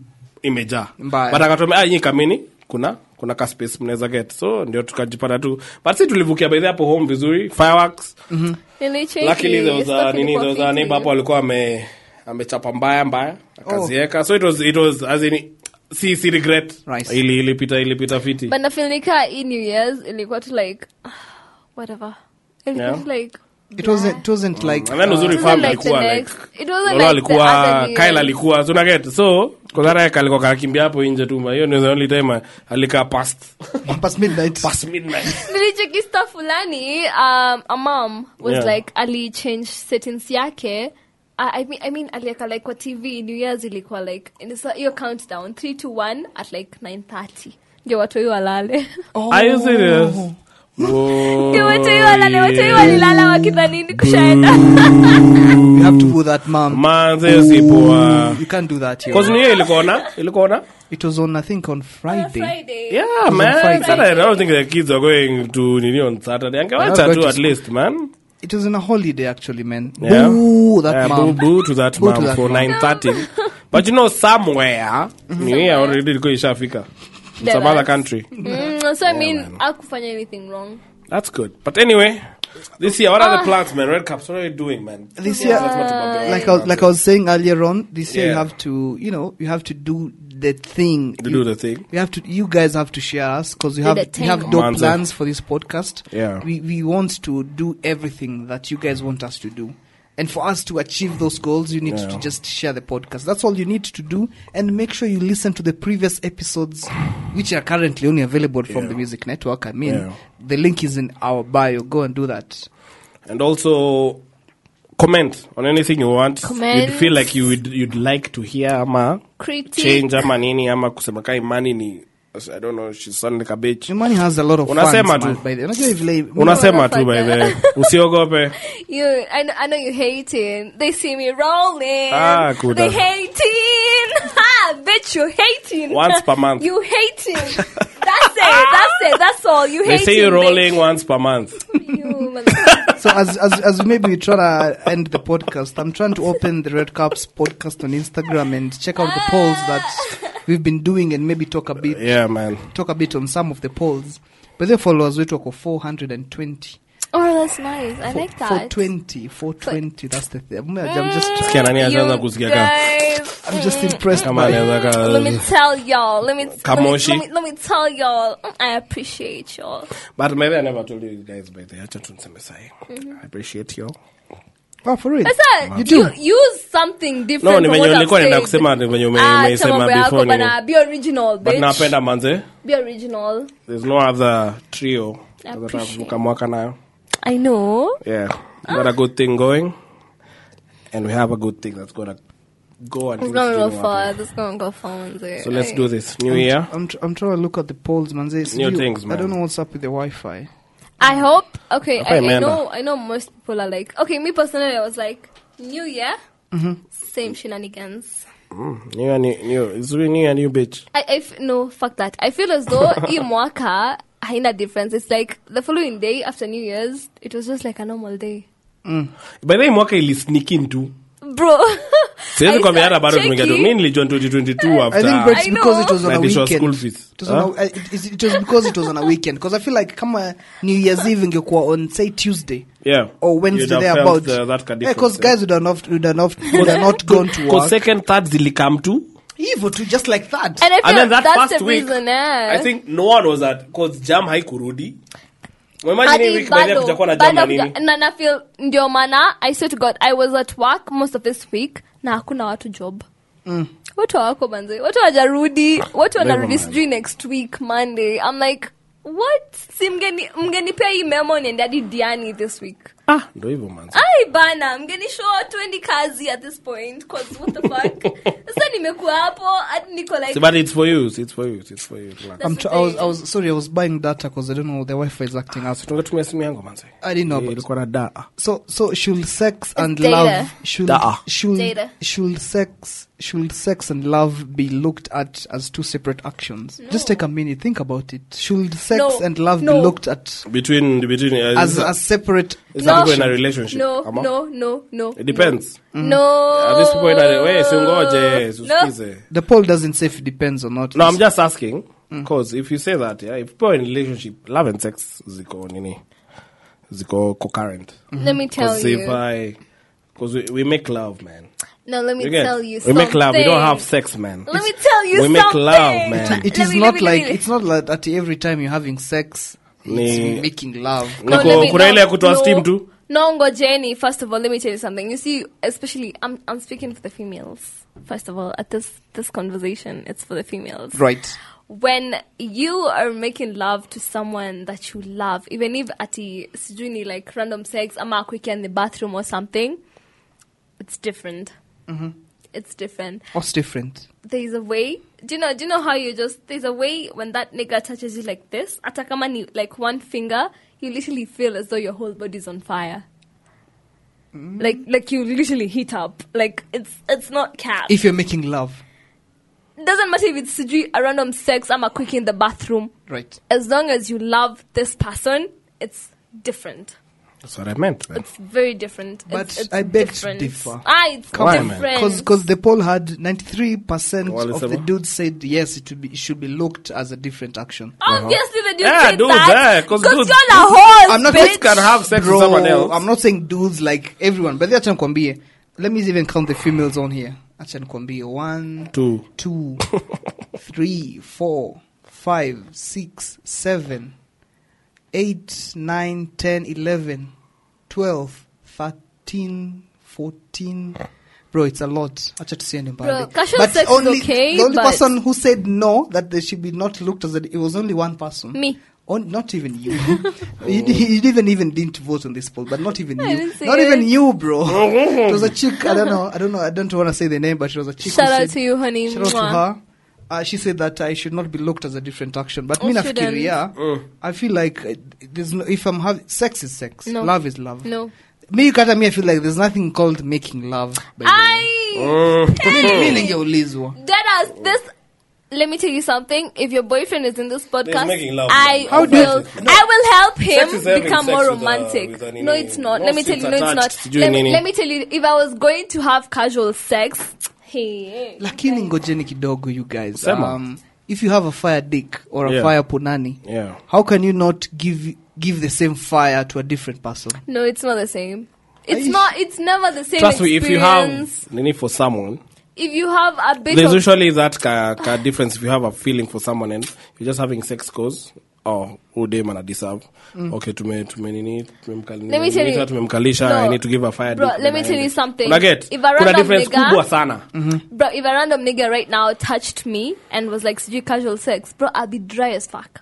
imejaa Mm-hmm. Mbaya. but akatuambia ah, nyinyi kamini kuna kuna ka space mnaweza get so ndio tukajipata tu but si tulivukia by the hapo home vizuri fireworks Nilicheki, luckily there was a stuff nini there was a ilikuwa neighbor fiti. hapo alikuwa ame amechapa mbaya mbaya akazieka so it was it was as in si si regret Nice. ili ilipita ilipita fiti But nafinika hii New Year's ilikuwa tu like *sighs* whatever. Ilikuwa Yeah. tu like it wasn't. It wasn't like. Mm. And then uh, uzuri It wasn't fam like the alikuwa like next- it wasn't Lolo like the other alikuwa New Kyle Years. alikuwa so una get so kuzara yake alikuwa kakimbia hapo nje tu ma- hiyo ndio the only time I- alikaa past *laughs* past midnight. past midnight nilicheki stuff fulani um, a mom was Yeah. like ali change settings yake I, I mean, I mean alieka like kwa tv new years ilikuwa like ilisa- hiyo countdown 3 to 1 at like 930 ndio watoi walale are you *laughs* serious Whoa, ndio watoi walale watoi walilala wakidhanini kushaenda You have to go that, mom. manze hiyo si poa You can't do that here. uh, cause ni hiyo ilikuwa na ilikuwa na It was on, I think, on Friday. friday Yeah, man. Friday. Saturday, I don't think the kids are going to Nini on Saturday. They're Angewacha not tu going at to least, man. It was on a holiday, actually, man. Yeah. Boo, that Yeah, mom. Boo, boo to that Boo to mom that for mom. Mm-hmm. 9.30. But you know, somewhere, Nini already ilikuwa ishafika. In some Dallas. other country. mm, so i mean akufanya anything wrong That's good. But anyway, this year, what are the plans, man? Red Caps, what are you doing, man? This year, That's what about like I, was- like I was saying earlier on, this year Yeah. you have to, you know, you have to do the thing. To you, do the thing. You have to. You guys have to share us because we have the we have thing. dope Manze. plans for this podcast. Yeah. we we want to do everything that you guys want us to do. And for us to achieve those goals, you need Yeah. to just share the podcast. That's all you need to do. And make sure you listen to the previous episodes, which are currently only available from the Music Network. I mean, Yeah. the link is in our bio. Go and do that. And also, comment on anything you want. Comment. You'd feel like you would, you'd like to hear, ama Critique. change, ama nini, ama kusema kai imani ni, I don't know, she's sounding like a bitch. Imani has a lot of Unasema fans, man, tu. by the way. Unajua vile- unasema tu by the *laughs* way. usiogope You, I know, I know you hating. They see me rolling. Ah, kuda. They hating. *laughs* Ha, bitch, you hating. Once per month. You hating. That's it. That's it. That's all. You they hating. say you bitch. rolling once per month You motherfucker. So as as as maybe we try to end the podcast, I'm trying to open the Red Cups podcast on Instagram and check out the polls that we've been doing and maybe talk a bit yeah man talk a bit on some of the polls. But the followers we talk of 420. oh, that's nice. I like that. 420, 420, that's the thing. I'm I'm Mm. just sikia nani anaanza You kusikia ka guys. I'm just impressed kama by anaanza Let me ka tell y'all. Let me, let me, Kamoshi. let me let me tell y'all. I appreciate y'all. Mm-hmm. but maybe i never told you guys by the acha tunseme sahi i appreciate you Oh, for real? sasa You you do? use something different no ni from venye what I've nilikuwa naenda said. kusema ni venye ume- Ah, acha umeisema mambo yako before ni bana, be original but bitch. napenda manze be original there's no other trio I that appreciate. Ah. I've mwaka nayo i know yeah we got a good thing going and we have a good thing that's gonna go and it's gonna go far this is gonna go far Nze. so let's do this new year I'm, tr- I'm trying to look at the polls, man. It's New you- things, man. I don't know what's up with the Wi-Fi. I hope. Okay, I, I I remember. know. I know most people are like. Okay, me personally, I was like, New Year, Mm-hmm. same shenanigans. new year new, new it's really new year new bitch I, I f- no fuck that. I feel as *laughs* though in mwaka haina difference. It's like the following day after New Year's, it was just like a normal day, by the way mwaka ili sneak in tu *laughs* bro. siwezi I kwambia hata start bado tumeingia tu checking. mi nilijua 2022 I think but after it's because know. it was on a Like this was weekend. school fees. It was, on a, uh, it, is- it was because it was on a weekend. Because I feel like kama New Year's Eve ingekuwa on say Tuesday yeah or Oh, Wednesday You'd have felt, thereabout. uh, that kind of because difference, guys would have not would have not would have not gone *laughs* to Because work. second third zilikam tu Evil too, just like that. And I feel and then that that's first the week reason. Eh? i think no one was at cause jam haikurudi Mwimagine hii Hadi week by the way bado, kutakuwa na jam na bado nini kuja- na na feel ndio maana i swear to god i was at work most of this week na hakuna watu job Mm. watu hawako banze watu hawajarudi watu wanarudi sijui next week monday i'm like what si mgeni mgenipea hii memo niende hadi diani this week ndo hivyo manzi ai bana mgenishoa twendi kazi at this point 'cause what the *laughs* fuck sasa nimekuwa hapo hadi niko like See, but it's for you. It's for you. It's for you. Relax. I'm the tr- I was thing. I was sorry I was buying data because I don't know the Wi-Fi is acting up. tungetumia simu yangu manze. I didn't know Eh, about- ilikuwa na da. So so should sex and data. love should Data. should Data. should sex should sex and love be looked at as two separate actions? Just take a minute, think about it. Should sex No. and love No. be looked at Between between uh, as is it- a separate? is No. it people in a relationship. no Ama? no no no It depends. no Mm. At this point, I- we singoje, Oh, no. usikize. The poll doesn't say if it depends or not. No, I'm just asking because if you say that, yeah, if people are in relationship, love and sex ziko nini, ziko concurrent. Let me tell Because if you. I, because we, we make love, man. No, let me You get- tell you we something. make love. We don't have sex, man. Let me tell you We make something. love, man. it Let is me- let not me- let like me- it's not like that every time you're having sex, Ni- it's making love. No, Niko- let me- kuna no, ile ya kutoa no. steam tu. No, ngo Jenny. First of all, let me tell you something. You see, especially I'm I'm speaking for the females. First of all, at this this conversation, it's for the females. Right. When you are making love to someone that you love, even if at the sijuni like random sex, I'm a quick in the bathroom or something, it's different. Mm-hmm. It's different. What's different? there's a way. Do you know? Do you know how you just? There's a way when that nigga touches you like this, atakamani like one finger, you literally feel as though your whole body's on fire. Mm. Like like you literally heat up. Like it's it's not cap. If you're making love, Doesn't matter if it's sijui a random sex. I'm a quick in the bathroom. right? As long as you love this person, it's different. That's what I meant, man. It's very different. But it's, it's I beg to different. differ. Ah, it's Come on, man. different. Because the poll had 93% Wale of sema. the dudes said yes, it, should be, it should be looked as a different action. Obviously, the dude Yeah, said dude, that yeah, 'cause because dude- you're a horse. I'm not bitch. can have sex Bro, with someone else. I'm not saying dudes like everyone, but acha nikwambie. Let me even count the females on here. Acha nikwambie. One, Two. two, *laughs* three, four, five, six, seven, eight, nine, ten, eleven, twelve, thirteen, fourteen. Bro, it's a lot. Acha tusiende mbali. Bro, casual sex is okay, the only but- person who said no that they should be not looked as a, it was only one person. Me. On, Oh, not even you. *laughs* you, di- you didn't even didn't vote on this poll, but not even I you. didn't see Not even it. you, bro. it was a chick. I don't know. I don't know. I don't want to say the name, but she was a chick. who Shout out said- to you, honey. Shout out to Mwah. her. Uh, she said that I should not be looked as a different action, but me Oh, nafikiri, shouldn't. yeah, I feel like uh, there's no, if I'm having sex is sex, No. love is love. No. Me kata me, I feel like there's nothing called making love. by the way. I Mm. Mi- mi ningeulizwa. that has this. Let me tell you something. If your boyfriend is in this podcast, making love. I How do you- will I will help Sex him is having become sex more with a- romantic. with a nini. no, it's not. let No me tell you. No, strings it's attached, not. sijui Let me, nini. let me tell you. If I was going to have casual sex, hey, lakini ngojeni kidogo you guys Sema. um, if you have a fire dick or a Yeah. fire punani Yeah. how can you not give give the same fire to a different person no, it's not the same. It's Aish. not. It's never the same Trust me, if you experience. have nini for someone, If you have, a bit there's of usually that ka, ka difference if you have a feeling for someone and you're just having sex cause oh huyu dem ana deserve okay tume tume nini tumemkali- Mm. Let me tell you- nimeita, tumemkalisha No. i need to give a fire Bro, dick, let me tell you anaenda. something. Una get? If a kuna random difference nigga- Mm-hmm. kubwa sana Bro, if a random nigga right now touched me and was like, sijui casual sex, bro, I'll be dry as fuck.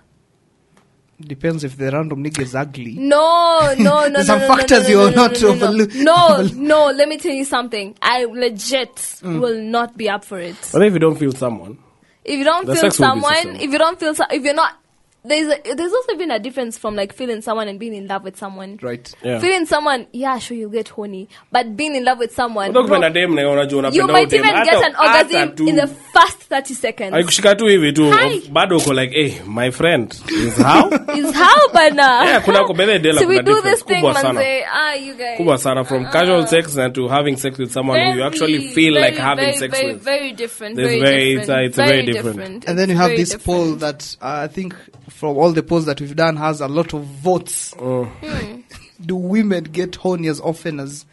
Depends if the random nigga is ugly. *laughs* No, no, no. There's no, some no, factors no, no, you no, are no, not no, no, overloo- *laughs* No, overloo- no, let me tell you something. I legit Mm. will not be up for it. but if you don't feel someone If you don't The feel sex will be someone, sexual. if you don't feel, so- if you're not, there's a, there's also been a difference from like feeling someone and being in love with someone. Right. Yeah. Feeling someone, yeah, sure you get horny, but being in love with someone, Unataka bro, kupenda dem na unajua unapenda you huyu might dem. even get Hata- an hata tu. orgasm in the first thirty seconds. akikushika tu hivi tu Hi. bado uko like eh my friend *laughs* is how Is how bana? Yeah, kuna kwa bethe *laughs* dela So we kuna do difference this thing, kubwa sana. manze. Ah, you guys. Ah, kubwa sana from casual sex and to having sex with someone who you actually feel like having very, sex very, with Very different. There's Very, very- it's different. a- it's a very, very different. And then you have It's this very poll different. that uh, I think from all the polls that we've done has a lot of votes. Mm. Do women get horny as often as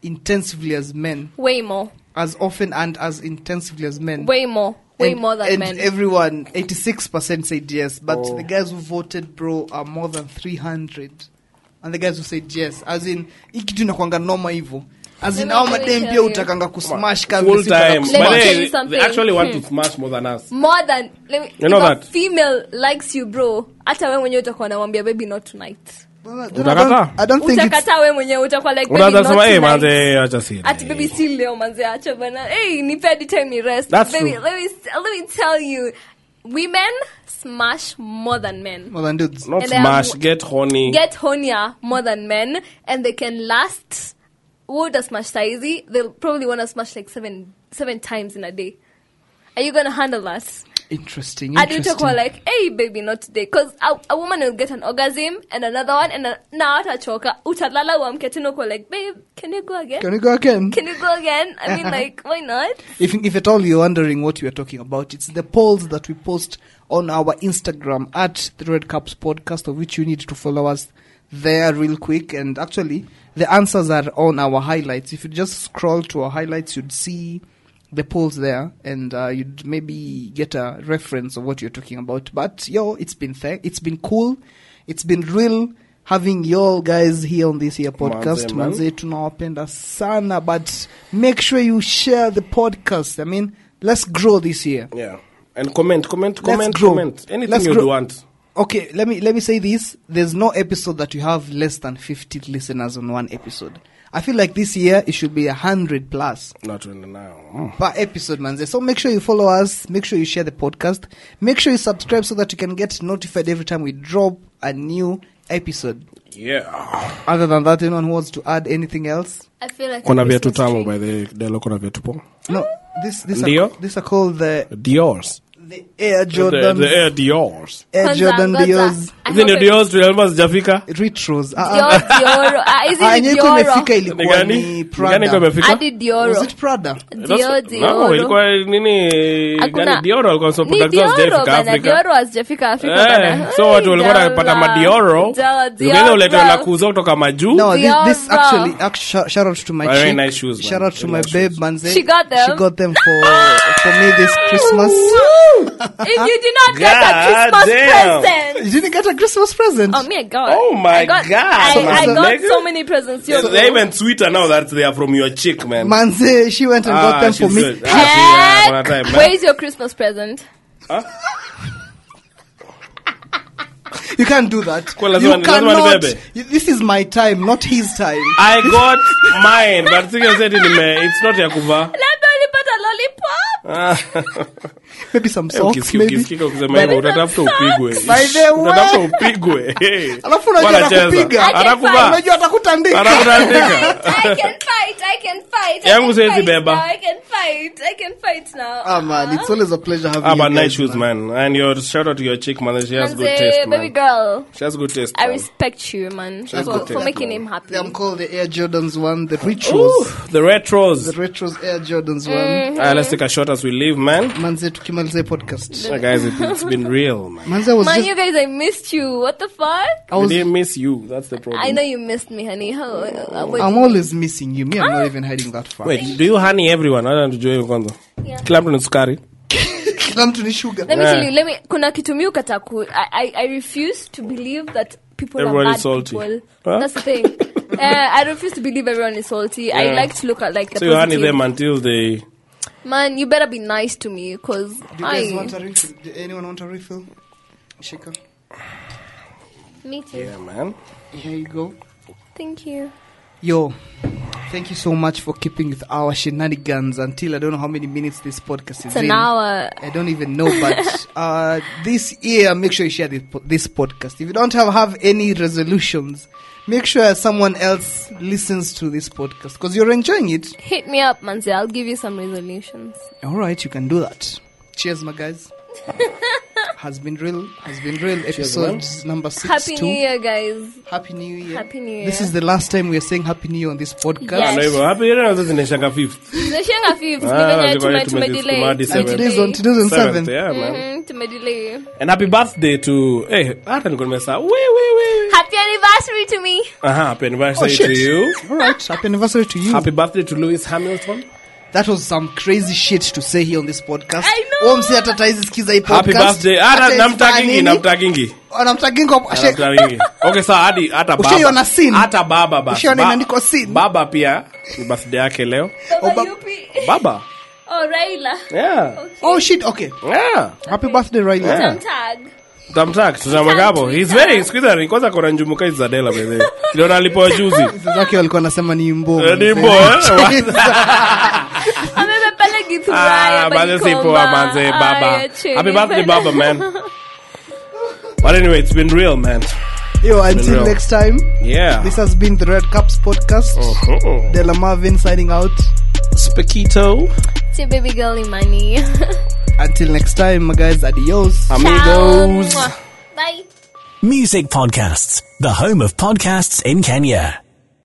intensively as men? Way more. As often and as intensively as men? Way more. Way and, more than and men. everyone, 86% said yes, but Oh. the guys who voted pro are more than 300. And the guys who said yes, as in, hii kitu inakwanga noma hivyo. As Let in, me- au let me madem tell pia you. utakanga kusmash kama full vile sisi tunataka time Let me but tell they, you they something. Hmm. actually want to smash more than us more than let me, You know if that? a female likes you bro hata we mwenyewe utakuwa namwambia baby not tonight kusmash. Utakataa? I don't think it's utakataa we mwenyewe utakuwa like baby unaanza not kusema eh tonight manze acha si ati baby si leo manze acha bana hey nipe hadi time ni rest That's baby true. let me let me tell you women smash more than men more than dudes. not And they are- smash get horny get hornier more than men and they can last would a smash saizi they'll probably want to smash like seven seven times in a day are you gonna handle that Interesting. I do interesting. talk about like, hey, baby, not today. Because a, a woman will get an orgasm and another one, and a- na atachoka. Utalala uamke tena uko like, babe, can you go again? Can we go again? Can you go again? I mean, like, why not? If, if at all you're wondering what we are talking about, it's the polls that we post on our Instagram at the Red Caps Podcast, of which you need to follow us there real quick. And actually, the answers are on our highlights. If you just scroll to our highlights, you'd see the polls there, and uh, you'd maybe get a reference of what you're talking about. But yo, it's been th- it's been cool, it's been real. Having y'all guys here on this here podcast, Manze, man. manze, tunawapenda sana but make sure you share the podcast i mean let's grow this year yeah and comment comment comment grow. comment anything Let's you grow. want okay let me let me say this there's no episode that you have less than 50 listeners on one episode i feel like this year it should be 100 plus not really now Mm. per episode manze so make sure you follow us make sure you share the podcast make sure you subscribe so that you can get notified every time we drop a new episode yeah other than that anyone who wants to add anything else I feel like kuna a viatu Christmas tree. tamu by the delo kuna viatu poa no this this are, Ndio? these are called the diors the air the, jordan the air diors air Kwanza, jordan ngoja. Dior's. I hizi ni hope diors tuliambiwa zijafika retros Ah, ah. Dior, Dioro. Ah, is Ah, it *laughs* yenye ilikuwa imefika Dioro? ni ilikuwa gani ni Ni gani kwa Prada. imefika Adi Was Dioro. it Prada? Dio, That's- no, Dioro. ilikuwa nini Hakuna- gani dioro alikuwa so Ni products zao Dioro zijafika bana, Afrika Dioro hazijafika Afrika Eh, bana. so watu walikuwa Hey, wanapata Dioro. madioro Dioro, ukaenda uletewa na Dioro. kuuzwa kutoka majuu No, this, this Dior, actually, bro. act- sh- shout out to my Very chick. nice shoes, man. Shout out to Very my nice babe, shoes. Manze. She got them. She got them for, for me this Christmas. If you did not get God a Christmas damn. present, You didn't get a Christmas present? Oh my god! Oh my I got, God. I, So I Mr. got Mega? so many presents. Yo, They're even sweeter now that they are from your chick, man. Manze, she went and got Ah, them she's for me. good. Ah, she's, uh, Heck, on her time, man. where's your Christmas present? You can't do that. Kwa lazima- you lazima cannot. nibebe. You- This is my time, not his time. I got mine, but single said in me, it's not ya *laughs* kuvaa. Labda ulipata lollipop. Ah, Maybe some Eh, socks, ukisikika- maybe. ukisikika kusema hivyo, *laughs* utatafuta upigwe. By the way. Utatafuta upigwe. *laughs* Hey. Alafu unajua Wanacheza. atakupiga. Atakuvaa. Unajua atakutandika. *laughs* Atakutandika. *laughs* I can fight. I can fight. I Yangu can siwezi fight beba. now, I can fight. I can fight now. Ah, man, it's always a pleasure having Ah, you but guys, nice shoes, man. And your shout out to your chick, man. She has Manze, good taste, baby man. girl, She has good taste. I man. respect you, man, That's for, good for taste, making man. him happy. I'm called the Air Jordans one, the retros. Ooh, the retros. The retros Air Jordans one. Eh. Ah, let's take a shot as we leave, man. manze tukimaliza hii podcast Ah, guys, it, it's *laughs* been real, man. manze I was Man, just, you guys, I missed you. What the fuck? I We was, didn't miss you. That's the problem. I know you missed me, honey. How? uh, what- i'm always missing you me i'm Ah. not even hiding that far Wait, do you honey everyone? I don't enjoy you kwanza. Yeah. Kila mtu ni sukari. kila mtu ni sugar Let me Yeah. tell you, let me, kuna kitu mi ukata ku, I, I, I refuse to believe that people Everyone are is bad salty. people. Huh? That's the *laughs* thing. uh, I refuse to believe everyone is salty. I Yeah. like to look at like the So you honey positive. them until they. Man, you better be nice to me, cause Do you guys I, want a refill? Do anyone want a refill? Shika. me too. Yeah, man. Here you go. Thank you. Yo, thank you so much for keeping with our shenanigans until I don't know how many minutes this podcast is It's in. an hour. I don't even know, *laughs* but uh, this year, make sure you share this, po- this podcast. If you don't have, have any resolutions, make sure someone else listens to this podcast because you're enjoying it. Hit me up, Manzi. I'll give you some resolutions. All right, you can do that. Cheers, my guys. *laughs* has been real. Has been real. Episode number six. Happy two. New Year, guys. Happy New Year. Happy New This Year. is the last time we are saying Happy New Year on this podcast. Yes. Ah, no, hivyo. Happy era zote zinashanga fifth. Zinashinga fifth. Ah, Nimenya- tuko- tume- tume- tumedelay. tume- hadi And seventh. today's on today's on Seventh, seventh. yeah, man. Mhm, tumedelay. And happy birthday to. Hey, hata nilikuwa nimesa. Wee, wee, wee. Happy anniversary to me. Aha, happy Oh, anniversary shit. to you. All right. Happy anniversary to you. Happy birthday to Lewis Hamilton. That was some crazy shit to say here on this podcast. I know. Omsi hata taizi sikiza hii podcast. Happy birthday. Ah, Hata namtagingi, inspire nini? namtagingi. Oh, namtagingi kwa- Shake. Namtagingi. Okay, sawa hadi hata baba. Ushaiona sin? Hata baba basi. Ushaiona Ba- imeandikwa sin? Baba pia ni birthday yake leo. Baba Oba- Yupi. Baba. Oh, Raila. Yeah. Oh shit, okay. Yeah. Happy birthday Riley. Yeah. Tag. Tamtak, tutamweka hapo. He's very squeezer. Ni kwanza kona njumuka hizi za Dela by the way. Ndio nalipoa juzi. Zake walikuwa nasema ni mbo. Eh, ni mbo, *laughs* eh? Ah, Amebeba pale Githurai, Ah, manze si poa Abanikoma. manze baba. Aya, chini. Happy birthday *laughs* baba man. But anyway, it's been real man. Yo, until Unreal. next time. Yeah. This has been the Red Cups podcast. Mhm. Della Marvin signing out. Spequito. It's your baby girl Imani. Until next time, my guys. Adios. Amigos. Ciao. *laughs* Mwah. Bye. Music podcasts, the home of podcasts in Kenya.